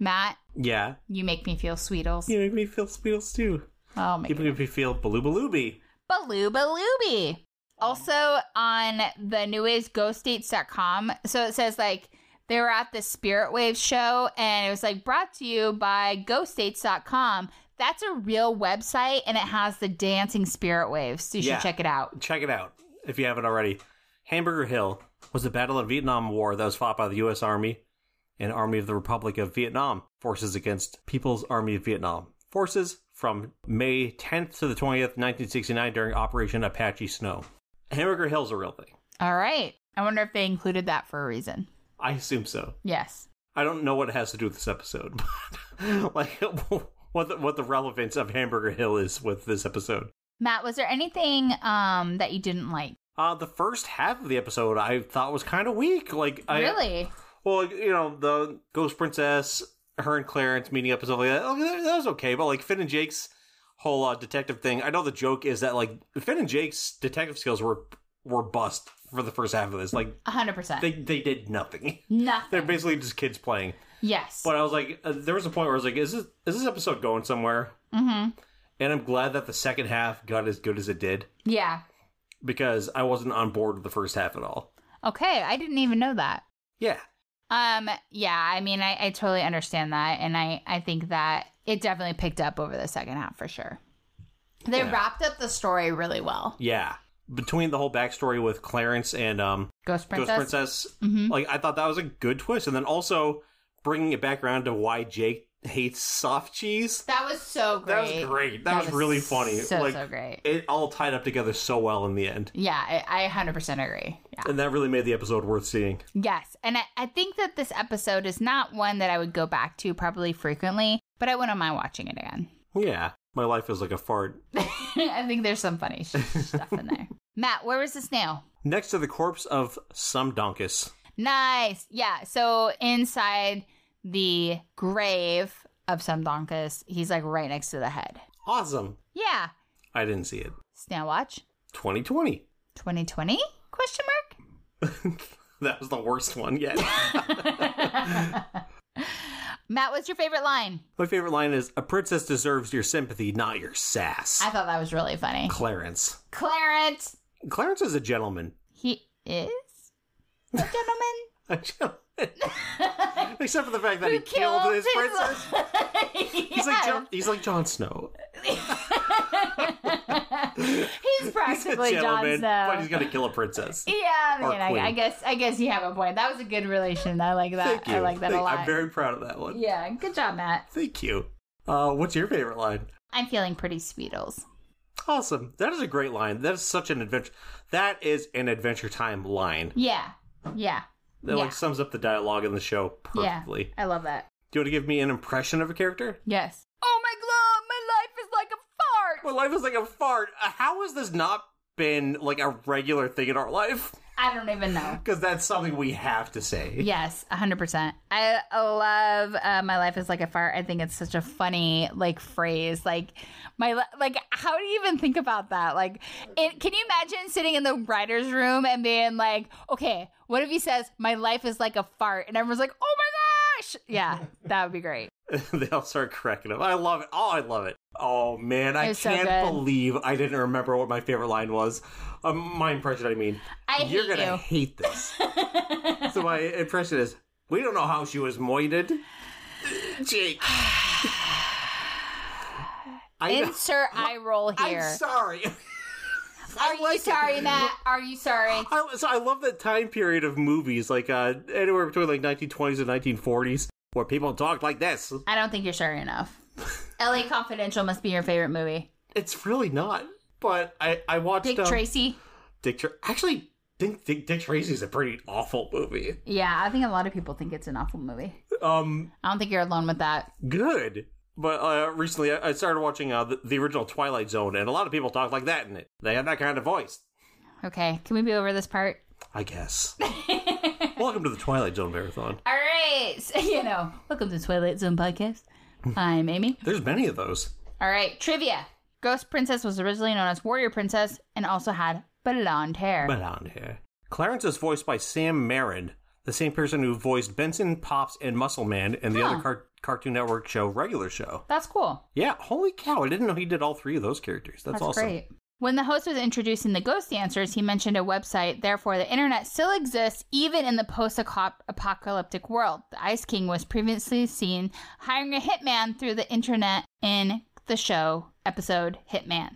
[SPEAKER 3] Matt.
[SPEAKER 4] Yeah.
[SPEAKER 3] You make me feel sweetles.
[SPEAKER 4] You make me feel Sweetles too.
[SPEAKER 3] Oh my
[SPEAKER 4] You make me feel Baloo Balooby.
[SPEAKER 3] Baloo
[SPEAKER 4] Oh.
[SPEAKER 3] Balooby. Also on the newaysghostdates.com. So it says like they were at the Spirit Wave show and it was like brought to you by ghostdates.com. That's a real website and it has the dancing spirit waves. You should
[SPEAKER 4] Yeah.
[SPEAKER 3] check it out.
[SPEAKER 4] Check it out if you haven't already. Hamburger Hill was the Battle of Vietnam War that was fought by the U.S. Army and Army of the Republic of Vietnam forces against People's Army of Vietnam forces from May 10th to the 20th, 1969, during Operation Apache Snow. Hamburger Hill's a real thing.
[SPEAKER 3] All right. I wonder if they included that for a reason.
[SPEAKER 4] I assume so.
[SPEAKER 3] Yes.
[SPEAKER 4] I don't know what it has to do with this episode, but like what the, what the relevance of Hamburger Hill is with this episode.
[SPEAKER 3] Matt, was there anything um that you didn't like?
[SPEAKER 4] Uh, the first half of the episode I thought was kind of weak. Like I, uh,
[SPEAKER 3] really?
[SPEAKER 4] well, you know, the Ghost Princess, her and Clarence meeting up and stuff like that. I mean, that that was okay, but like Finn and Jake's whole uh, detective thing. I know the joke is that like Finn and Jake's detective skills were were bust for the first half of this. Like
[SPEAKER 3] 100%.
[SPEAKER 4] they they did nothing. They're
[SPEAKER 3] Nothing.
[SPEAKER 4] basically just kids playing.
[SPEAKER 3] Yes.
[SPEAKER 4] But I was like, uh, there was a point where I was like, is this is this episode going somewhere? Mm-hmm. And I'm glad that the second half got as good as it did
[SPEAKER 3] yeah.
[SPEAKER 4] because I wasn't on board with the first half at all.
[SPEAKER 3] Okay. I didn't even know that.
[SPEAKER 4] Yeah,
[SPEAKER 3] Um, yeah, I mean, I, I totally understand that. And I, I think that it definitely picked up over the second half for sure. They
[SPEAKER 4] Yeah.
[SPEAKER 3] wrapped up the story really well.
[SPEAKER 4] yeah. Between the whole backstory with Clarence and um,
[SPEAKER 3] Ghost Princess. Mm-hmm.
[SPEAKER 4] Ghost Princess, like I thought that was a good twist, and then also bringing it back around to why Jake hates soft cheese.
[SPEAKER 3] That was so great.
[SPEAKER 4] That was great. That, was, really funny.
[SPEAKER 3] So,
[SPEAKER 4] like
[SPEAKER 3] so great.
[SPEAKER 4] it all tied up together so well in the end,
[SPEAKER 3] Yeah, I, I 100% agree. Yeah.
[SPEAKER 4] and that really made the episode worth seeing.
[SPEAKER 3] Yes. And I, I think that this episode is not one that I would go back to probably frequently, but I wouldn't mind watching it again.
[SPEAKER 4] Yeah, my life is like a fart.
[SPEAKER 3] I think there's some funny sh- stuff in there. Matt, where was the snail?
[SPEAKER 4] Next to the corpse of some donkus.
[SPEAKER 3] Nice. Yeah. So inside the grave of Samdonkus, he's like right next to the head.
[SPEAKER 4] Awesome.
[SPEAKER 3] Yeah.
[SPEAKER 4] I didn't see it.
[SPEAKER 3] Snail watch
[SPEAKER 4] 2020.
[SPEAKER 3] 2020? Question mark.
[SPEAKER 4] that was the worst one yet.
[SPEAKER 3] Matt, what's your favorite line?
[SPEAKER 4] my favorite line is A princess deserves your sympathy, not your sass.
[SPEAKER 3] I thought that was really funny.
[SPEAKER 4] Clarence.
[SPEAKER 3] Clarence.
[SPEAKER 4] Clarence is a gentleman.
[SPEAKER 3] He is a gentleman
[SPEAKER 4] A gentleman. Except for the fact that
[SPEAKER 3] who
[SPEAKER 4] he killed,
[SPEAKER 3] killed
[SPEAKER 4] his princess. He's, like Jon- he's like Jon Snow.
[SPEAKER 3] he's practically Jon
[SPEAKER 4] gentleman, but
[SPEAKER 3] Snow.
[SPEAKER 4] he's gonna kill a princess.
[SPEAKER 3] Yeah, I
[SPEAKER 4] Or
[SPEAKER 3] mean, I, I
[SPEAKER 4] queen.
[SPEAKER 3] guess I guess you have a point. That was a good relation. I like that.
[SPEAKER 4] Thank you.
[SPEAKER 3] I like that
[SPEAKER 4] Thank-
[SPEAKER 3] a lot.
[SPEAKER 4] I'm very proud of that one.
[SPEAKER 3] Yeah, good job, Matt.
[SPEAKER 4] Thank you. Uh, what's your favorite line?
[SPEAKER 3] I'm feeling pretty sweetles.
[SPEAKER 4] Awesome. That is a great line. That is such an adventure. That is an Adventure Time line.
[SPEAKER 3] Yeah, yeah,
[SPEAKER 4] That
[SPEAKER 3] Yeah.
[SPEAKER 4] like sums up the dialogue in the show perfectly.
[SPEAKER 3] yeah. I love that.
[SPEAKER 4] Do you want to give me an impression of a character?
[SPEAKER 3] Yes. Oh my god, my life is like a fart.
[SPEAKER 4] My life is like a fart. Uh, How has this not been like a regular thing in our life?
[SPEAKER 3] I don't even know.
[SPEAKER 4] Because that's something we have to say.
[SPEAKER 3] Yes, 100%. I I love uh, my life is like a fart. I think it's such a funny like phrase. Like my li- like how do you even think about that? Like it, can you imagine sitting in the writers room and being like, "Okay, what if he says my life is like a fart?" and everyone's like, "Oh my gosh." Yeah, that would be great.
[SPEAKER 4] they all start cracking up. I love it. Oh, I love it. Oh man, I
[SPEAKER 3] It was so
[SPEAKER 4] can't
[SPEAKER 3] good.
[SPEAKER 4] believe I didn't remember what my favorite line was. Um, my impression, I mean.
[SPEAKER 3] I
[SPEAKER 4] You're
[SPEAKER 3] hate
[SPEAKER 4] gonna
[SPEAKER 3] you.
[SPEAKER 4] hate this. so my impression is, we don't know how she was moited. Jake. I know,
[SPEAKER 3] Insert eye roll
[SPEAKER 4] I'm
[SPEAKER 3] here.
[SPEAKER 4] sorry. I
[SPEAKER 3] Are you
[SPEAKER 4] like it.
[SPEAKER 3] sorry, Matt? Are you sorry?
[SPEAKER 4] I, so I love that time period of movies, like uh, anywhere between like 1920s and 1940s, where people talked like this.
[SPEAKER 3] I don't think you're sorry enough. LA Confidential must be your favorite movie.
[SPEAKER 4] It's really not. But I I watched
[SPEAKER 3] Dick
[SPEAKER 4] um,
[SPEAKER 3] Tracy.
[SPEAKER 4] Dick Tra- actually. Dick, Dick, Dick Tracy's a pretty awful movie.
[SPEAKER 3] Yeah, I think a lot of people think it's an awful movie.
[SPEAKER 4] Um,
[SPEAKER 3] I don't think you're alone with that.
[SPEAKER 4] good. But uh, recently, I I started watching uh, the, the original Twilight Zone, and a lot of people talk like that in it. They have that kind of voice,
[SPEAKER 3] Okay, can we be over this part?
[SPEAKER 4] I guess. Welcome to the Twilight Zone marathon.
[SPEAKER 3] All right. So, you know, welcome to Twilight Zone podcast. I'm Amy.
[SPEAKER 4] There's many of those.
[SPEAKER 3] All right, trivia. Ghost Princess was originally known as Warrior Princess and also had blonde hair.
[SPEAKER 4] But on here, Clarence is voiced by Sam Marin, the same person who voiced Benson, Pops, and Muscle Man in the
[SPEAKER 3] Huh.
[SPEAKER 4] other car- Cartoon Network show, Regular Show.
[SPEAKER 3] That's cool.
[SPEAKER 4] Yeah, holy cow! I didn't know he did all three of those characters. That's, awesome.
[SPEAKER 3] When the host was introducing the ghost dancers, he mentioned a website. Therefore, the internet still exists even in the post apocalyptic world. The Ice King was previously seen hiring a hitman through the internet in the show episode Hitman.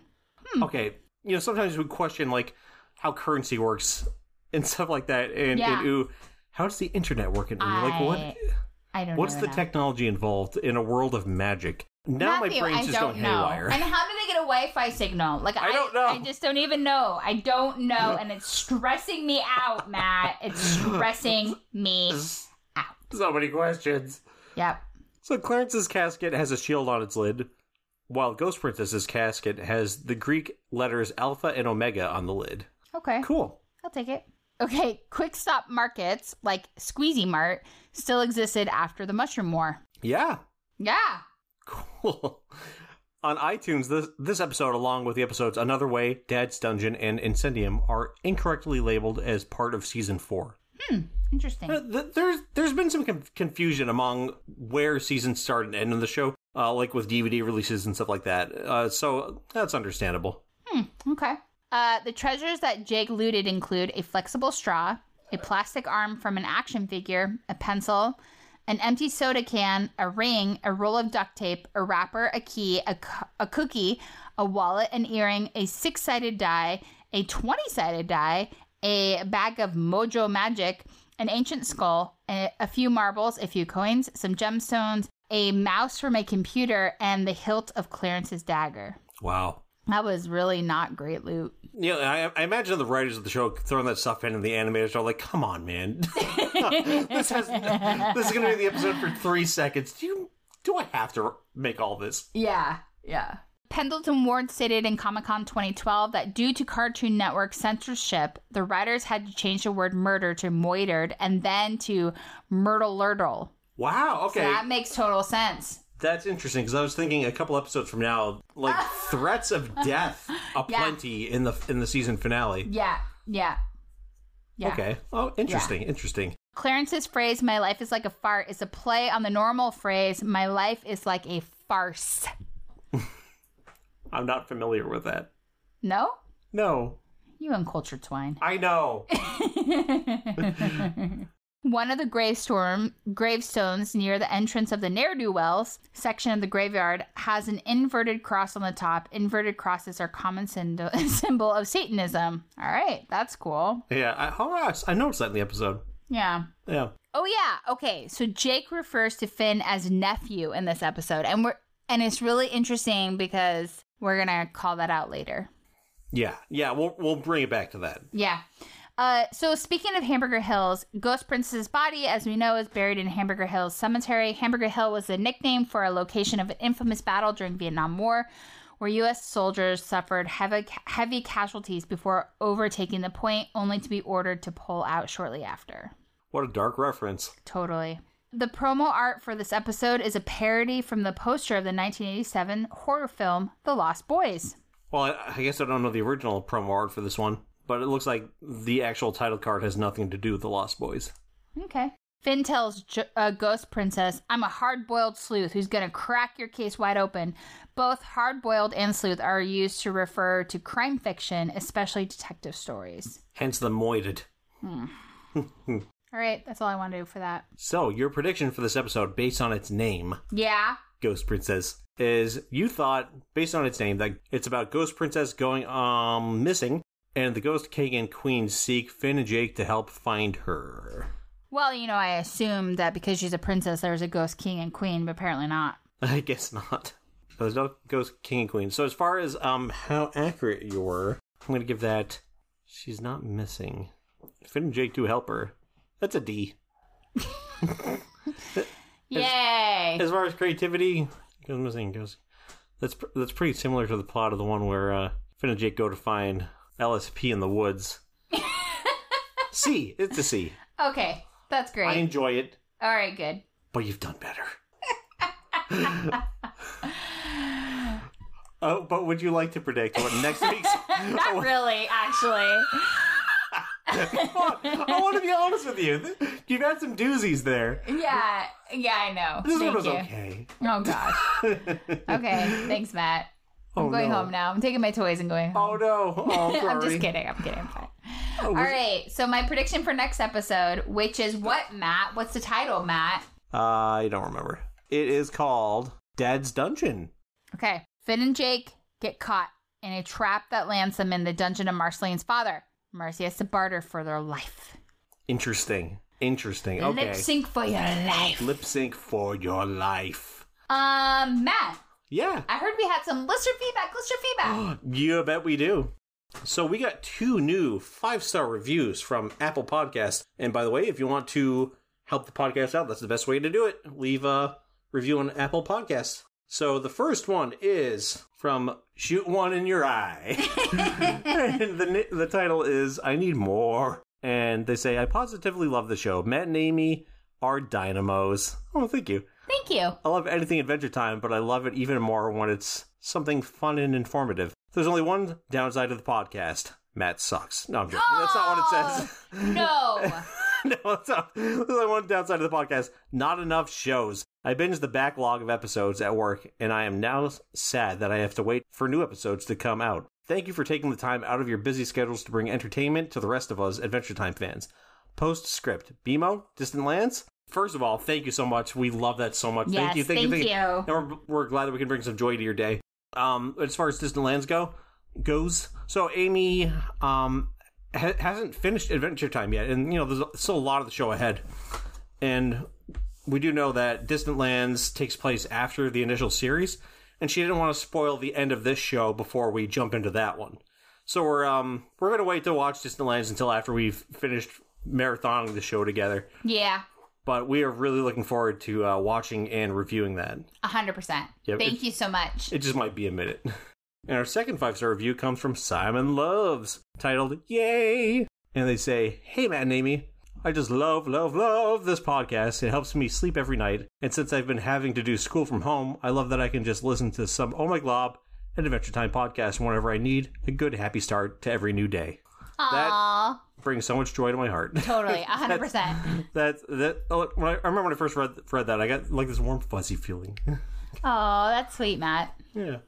[SPEAKER 3] Hmm.
[SPEAKER 4] Okay, you know sometimes we question like how currency works and stuff like that, and,
[SPEAKER 3] Yeah.
[SPEAKER 4] and ooh, how does the internet work? And ooh, like
[SPEAKER 3] I
[SPEAKER 4] what?
[SPEAKER 3] I don't
[SPEAKER 4] What's
[SPEAKER 3] know.
[SPEAKER 4] the
[SPEAKER 3] enough.
[SPEAKER 4] technology involved in a world of magic? Now
[SPEAKER 3] Matthew,
[SPEAKER 4] my brain's
[SPEAKER 3] I
[SPEAKER 4] just
[SPEAKER 3] don't
[SPEAKER 4] going
[SPEAKER 3] know.
[SPEAKER 4] haywire.
[SPEAKER 3] And how do they get a Wi-Fi signal? Like
[SPEAKER 4] I don't know.
[SPEAKER 3] I just don't even know. I don't know, and it's stressing me out, Matt. It's stressing me.
[SPEAKER 4] so many questions.
[SPEAKER 3] Yep.
[SPEAKER 4] So Clarence's casket has a shield on its lid, while Ghost Princess's casket has the Greek letters Alpha and Omega on the lid.
[SPEAKER 3] Okay.
[SPEAKER 4] Cool.
[SPEAKER 3] I'll take it. Okay, quick stop markets like Squeezy Mart still existed after the Mushroom War.
[SPEAKER 4] Yeah.
[SPEAKER 3] Yeah.
[SPEAKER 4] Cool. On iTunes, this, this episode, along with the episodes Another Way, Dad's Dungeon, and Incendium, are incorrectly labeled as part of season four.
[SPEAKER 3] Interesting.
[SPEAKER 4] Uh, th- There's there's been some conf- confusion among where seasons start and end of the show, uh, like with DVD releases and stuff like that. Uh, so that's understandable.
[SPEAKER 3] Okay. Uh, the treasures that Jake looted include a flexible straw, a plastic arm from an action figure, a pencil, an empty soda can, a ring, a roll of duct tape, a wrapper, a key, a, cu- a cookie, a wallet, an earring, a six sided die, a 20 sided die, a bag of mojo magic, an ancient skull, a, a few marbles, a few coins, some gemstones, a mouse from a computer, and the hilt of Clarence's dagger.
[SPEAKER 4] Wow.
[SPEAKER 3] That was really not great loot.
[SPEAKER 4] Yeah, I, I imagine the writers of the show throwing that stuff in, and the animators are like, "Come on, man, this has this is going to be the episode for three seconds. Do you do I have to make all this?"
[SPEAKER 3] Yeah, yeah. Pendleton Ward stated in Comic Con 2012 that due to Cartoon Network censorship, the writers had to change the word murder to moitered and then to myrtle
[SPEAKER 4] Wow. Okay,
[SPEAKER 3] That makes total sense.
[SPEAKER 4] that's interesting because I was thinking a couple episodes from now, like threats of death aplenty in the in the season finale.
[SPEAKER 3] Yeah, yeah. Yeah.
[SPEAKER 4] Okay. Oh, interesting. Interesting.
[SPEAKER 3] Clarence's phrase, my life is like a fart, is a play on the normal phrase, my life is like a farce.
[SPEAKER 4] I'm not familiar with that.
[SPEAKER 3] No?
[SPEAKER 4] No.
[SPEAKER 3] You uncultured swine.
[SPEAKER 4] I know.
[SPEAKER 3] One of the gravestorm, gravestones near the entrance of the ne'er do wells section of the graveyard has an inverted cross on the top. Inverted crosses are common syndo- symbol of Satanism. All right, that's cool.
[SPEAKER 4] yeah. I, oh, I I noticed that in the episode.
[SPEAKER 3] Yeah.
[SPEAKER 4] Yeah.
[SPEAKER 3] Oh yeah. Okay. So Jake refers to Finn as nephew in this episode, and we're and it's really interesting because we're gonna call that out later.
[SPEAKER 4] Yeah. Yeah. We'll we'll bring it back to that.
[SPEAKER 3] Yeah. Uh, so speaking of Hamburger Hills, Ghost Princess's body, as we know, is buried in Hamburger Hills Cemetery. Hamburger Hill was the nickname for a location of an infamous battle during Vietnam War, where U.S. soldiers suffered heavy heavy casualties before overtaking the point, only to be ordered to pull out shortly after.
[SPEAKER 4] What a dark reference.
[SPEAKER 3] Totally. The promo art for this episode is a parody from the poster of the 1987 horror film The Lost Boys.
[SPEAKER 4] Well, I, I guess I don't know the original promo art for this one, but it looks like the actual title card has nothing to do with the Lost Boys.
[SPEAKER 3] Okay. Finn tells J- uh, Ghost Princess, I'm a hard boiled sleuth who's going to crack your case wide open. Both hard boiled and sleuth are used to refer to crime fiction, especially detective stories.
[SPEAKER 4] Hence the moited.
[SPEAKER 3] All right, that's all I want to do for that.
[SPEAKER 4] So your prediction for this episode, based on its name,
[SPEAKER 3] Yeah.
[SPEAKER 4] Ghost Princess, is you thought based on its name that it's about Ghost Princess going um missing, and the Ghost King and Queen seek Finn and Jake to help find her.
[SPEAKER 3] Well, you know, I assumed that because she's a princess, there's a ghost king and queen, but apparently not.
[SPEAKER 4] I guess not. So there's no Ghost King and Queen. So as far as um how accurate you were, I'm gonna give that. She's not missing. Finn and Jake do help her. That's a D.
[SPEAKER 3] Yay.
[SPEAKER 4] As far as creativity goes, missing goes. That's pr- that's pretty similar to the plot of the one where uh, Finn and Jake go to find LSP in the woods. C, it's a C.
[SPEAKER 3] Okay, that's
[SPEAKER 4] I
[SPEAKER 3] great.
[SPEAKER 4] enjoy it,
[SPEAKER 3] All right, good.
[SPEAKER 4] but you've done better. oh, but would you like to predict what next week's?
[SPEAKER 5] Not really, actually.
[SPEAKER 4] I want to be honest with you. You've had some doozies there.
[SPEAKER 3] Yeah, yeah, I know.
[SPEAKER 4] This
[SPEAKER 3] Thank
[SPEAKER 4] one was
[SPEAKER 3] you.
[SPEAKER 4] okay.
[SPEAKER 3] Oh gosh. okay, thanks, Matt. I'm
[SPEAKER 4] Oh,
[SPEAKER 3] going
[SPEAKER 4] no.
[SPEAKER 3] home now. I'm taking my toys and going home.
[SPEAKER 4] Oh no! Oh, sorry.
[SPEAKER 3] I'm just kidding. I'm kidding. I'm fine.
[SPEAKER 4] Oh,
[SPEAKER 3] All
[SPEAKER 4] was-
[SPEAKER 3] right. So my prediction for next episode, which is what, Matt? What's the title, Matt?
[SPEAKER 4] I don't remember. It is called Dad's Dungeon.
[SPEAKER 3] Okay. Finn and Jake get caught in a trap that lands them in the dungeon of Marceline's father. Marcy has to barter for their life.
[SPEAKER 4] Interesting. Interesting. Okay.
[SPEAKER 3] Lip sync for your life.
[SPEAKER 4] Lip sync for your life.
[SPEAKER 3] Um, Matt,
[SPEAKER 4] Yeah.
[SPEAKER 3] I heard we had some listener feedback. Listener feedback.
[SPEAKER 4] You bet we do. So we got two new five star reviews from Apple Podcasts. And by the way, if you want to help the podcast out, that's the best way to do it. Leave a review on Apple Podcasts. So the first one is from Shoot One in Your Eye. and the, ni- the title is I Need More. And they say, I positively love the show. Matt and Amy are dynamos. Oh, thank you.
[SPEAKER 3] Thank you.
[SPEAKER 4] I love anything Adventure Time, but I love it even more when it's something fun and informative. There's only one downside of the podcast. Matt sucks. No, I'm joking. That's not what it says.
[SPEAKER 3] No.
[SPEAKER 4] no, that's not. That's the one downside of the podcast. Not enough shows. I binged the backlog of episodes at work, and I am now sad that I have to wait for new episodes to come out. Thank you for taking the time out of your busy schedules to bring entertainment to the rest of us Adventure Time fans. Postscript, BMO, Distant Lands. First of all, thank you so much. We love that so much.
[SPEAKER 3] Yes,
[SPEAKER 4] thank you, thank, you,
[SPEAKER 3] thank
[SPEAKER 4] thank
[SPEAKER 3] you.
[SPEAKER 4] And we're, we're glad that we can bring some joy to your day. Um, as far as Distant Lands go, goes. So Amy, um, ha- hasn't finished Adventure Time yet, and you know there's still a lot of the show ahead. And we do know that Distant Lands takes place after the initial series, and she didn't want to spoil the end of this show before we jump into that one. So we're um we're gonna wait to watch Distant Lands until after we've finished marathoning the show together.
[SPEAKER 3] yeah.
[SPEAKER 4] But we are really looking forward to uh, watching and reviewing that.
[SPEAKER 3] A hundred percent.
[SPEAKER 4] Yeah,
[SPEAKER 3] Thank
[SPEAKER 4] it-
[SPEAKER 3] you so much.
[SPEAKER 4] It just might be a minute. And our second five star review comes from Simon Loves, titled Yay! And they say, Hey Matt and Amy, I just love, love, love this podcast. It helps me sleep every night. And since I've been having to do school from home, I love that I can just listen to some Oh My Glob and Adventure Time podcast whenever I need a good, happy start to every new day.
[SPEAKER 3] Aw,
[SPEAKER 4] Brings so much joy to my heart.
[SPEAKER 3] totally, a hundred percent.
[SPEAKER 4] that that oh, when I, I remember when I first read read that, I got like this warm fuzzy feeling.
[SPEAKER 3] Oh, that's sweet, Matt.
[SPEAKER 4] yeah,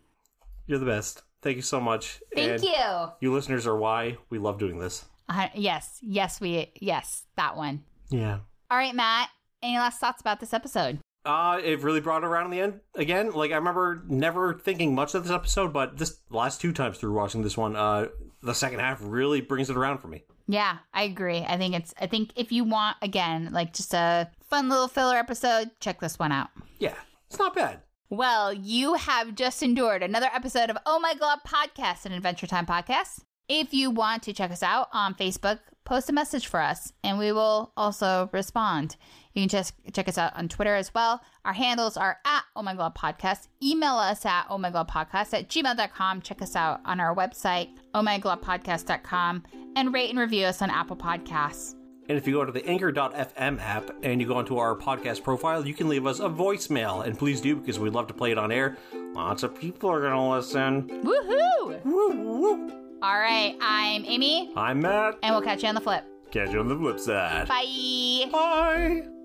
[SPEAKER 4] you're the best. Thank you so much.
[SPEAKER 3] Thank
[SPEAKER 4] And-
[SPEAKER 3] you. A
[SPEAKER 4] You listeners are why we love doing this.
[SPEAKER 3] hun- Yes, yes, we yes that one.
[SPEAKER 4] Yeah.
[SPEAKER 3] All right, Matt. Any last thoughts about this episode?
[SPEAKER 4] Uh, it really brought it around in the end again. Like I remember never thinking much of this episode, but this last two times through watching this one, uh, the second half really brings it around for me.
[SPEAKER 3] Yeah, I agree. I think it's. I think if you want again, like just a fun little filler episode, check this one out.
[SPEAKER 4] Yeah, it's not bad.
[SPEAKER 3] Well, you have just endured another episode of Oh My God Podcast, an Adventure Time podcast. If you want to check us out on Facebook, post a message for us and we will also respond. You can just check us out on Twitter as well. Our handles are at Oh My God Podcast. Email us at Oh My God Podcast at gmail.com. Check us out on our website, Oh My God Podcast.com, and rate and review us on Apple Podcasts.
[SPEAKER 4] And if you go to the Anchor.fm app and you go onto our podcast profile, you can leave us a voicemail, and please do because we'd love to play it on air. Lots of people are gonna listen.
[SPEAKER 3] Woohoo!
[SPEAKER 4] Woo woo.
[SPEAKER 3] All right, I'm Amy,
[SPEAKER 4] I'm Matt.
[SPEAKER 3] and we'll catch you on the flip.
[SPEAKER 4] Catch you on the flip side.
[SPEAKER 3] Bye.
[SPEAKER 4] Bye.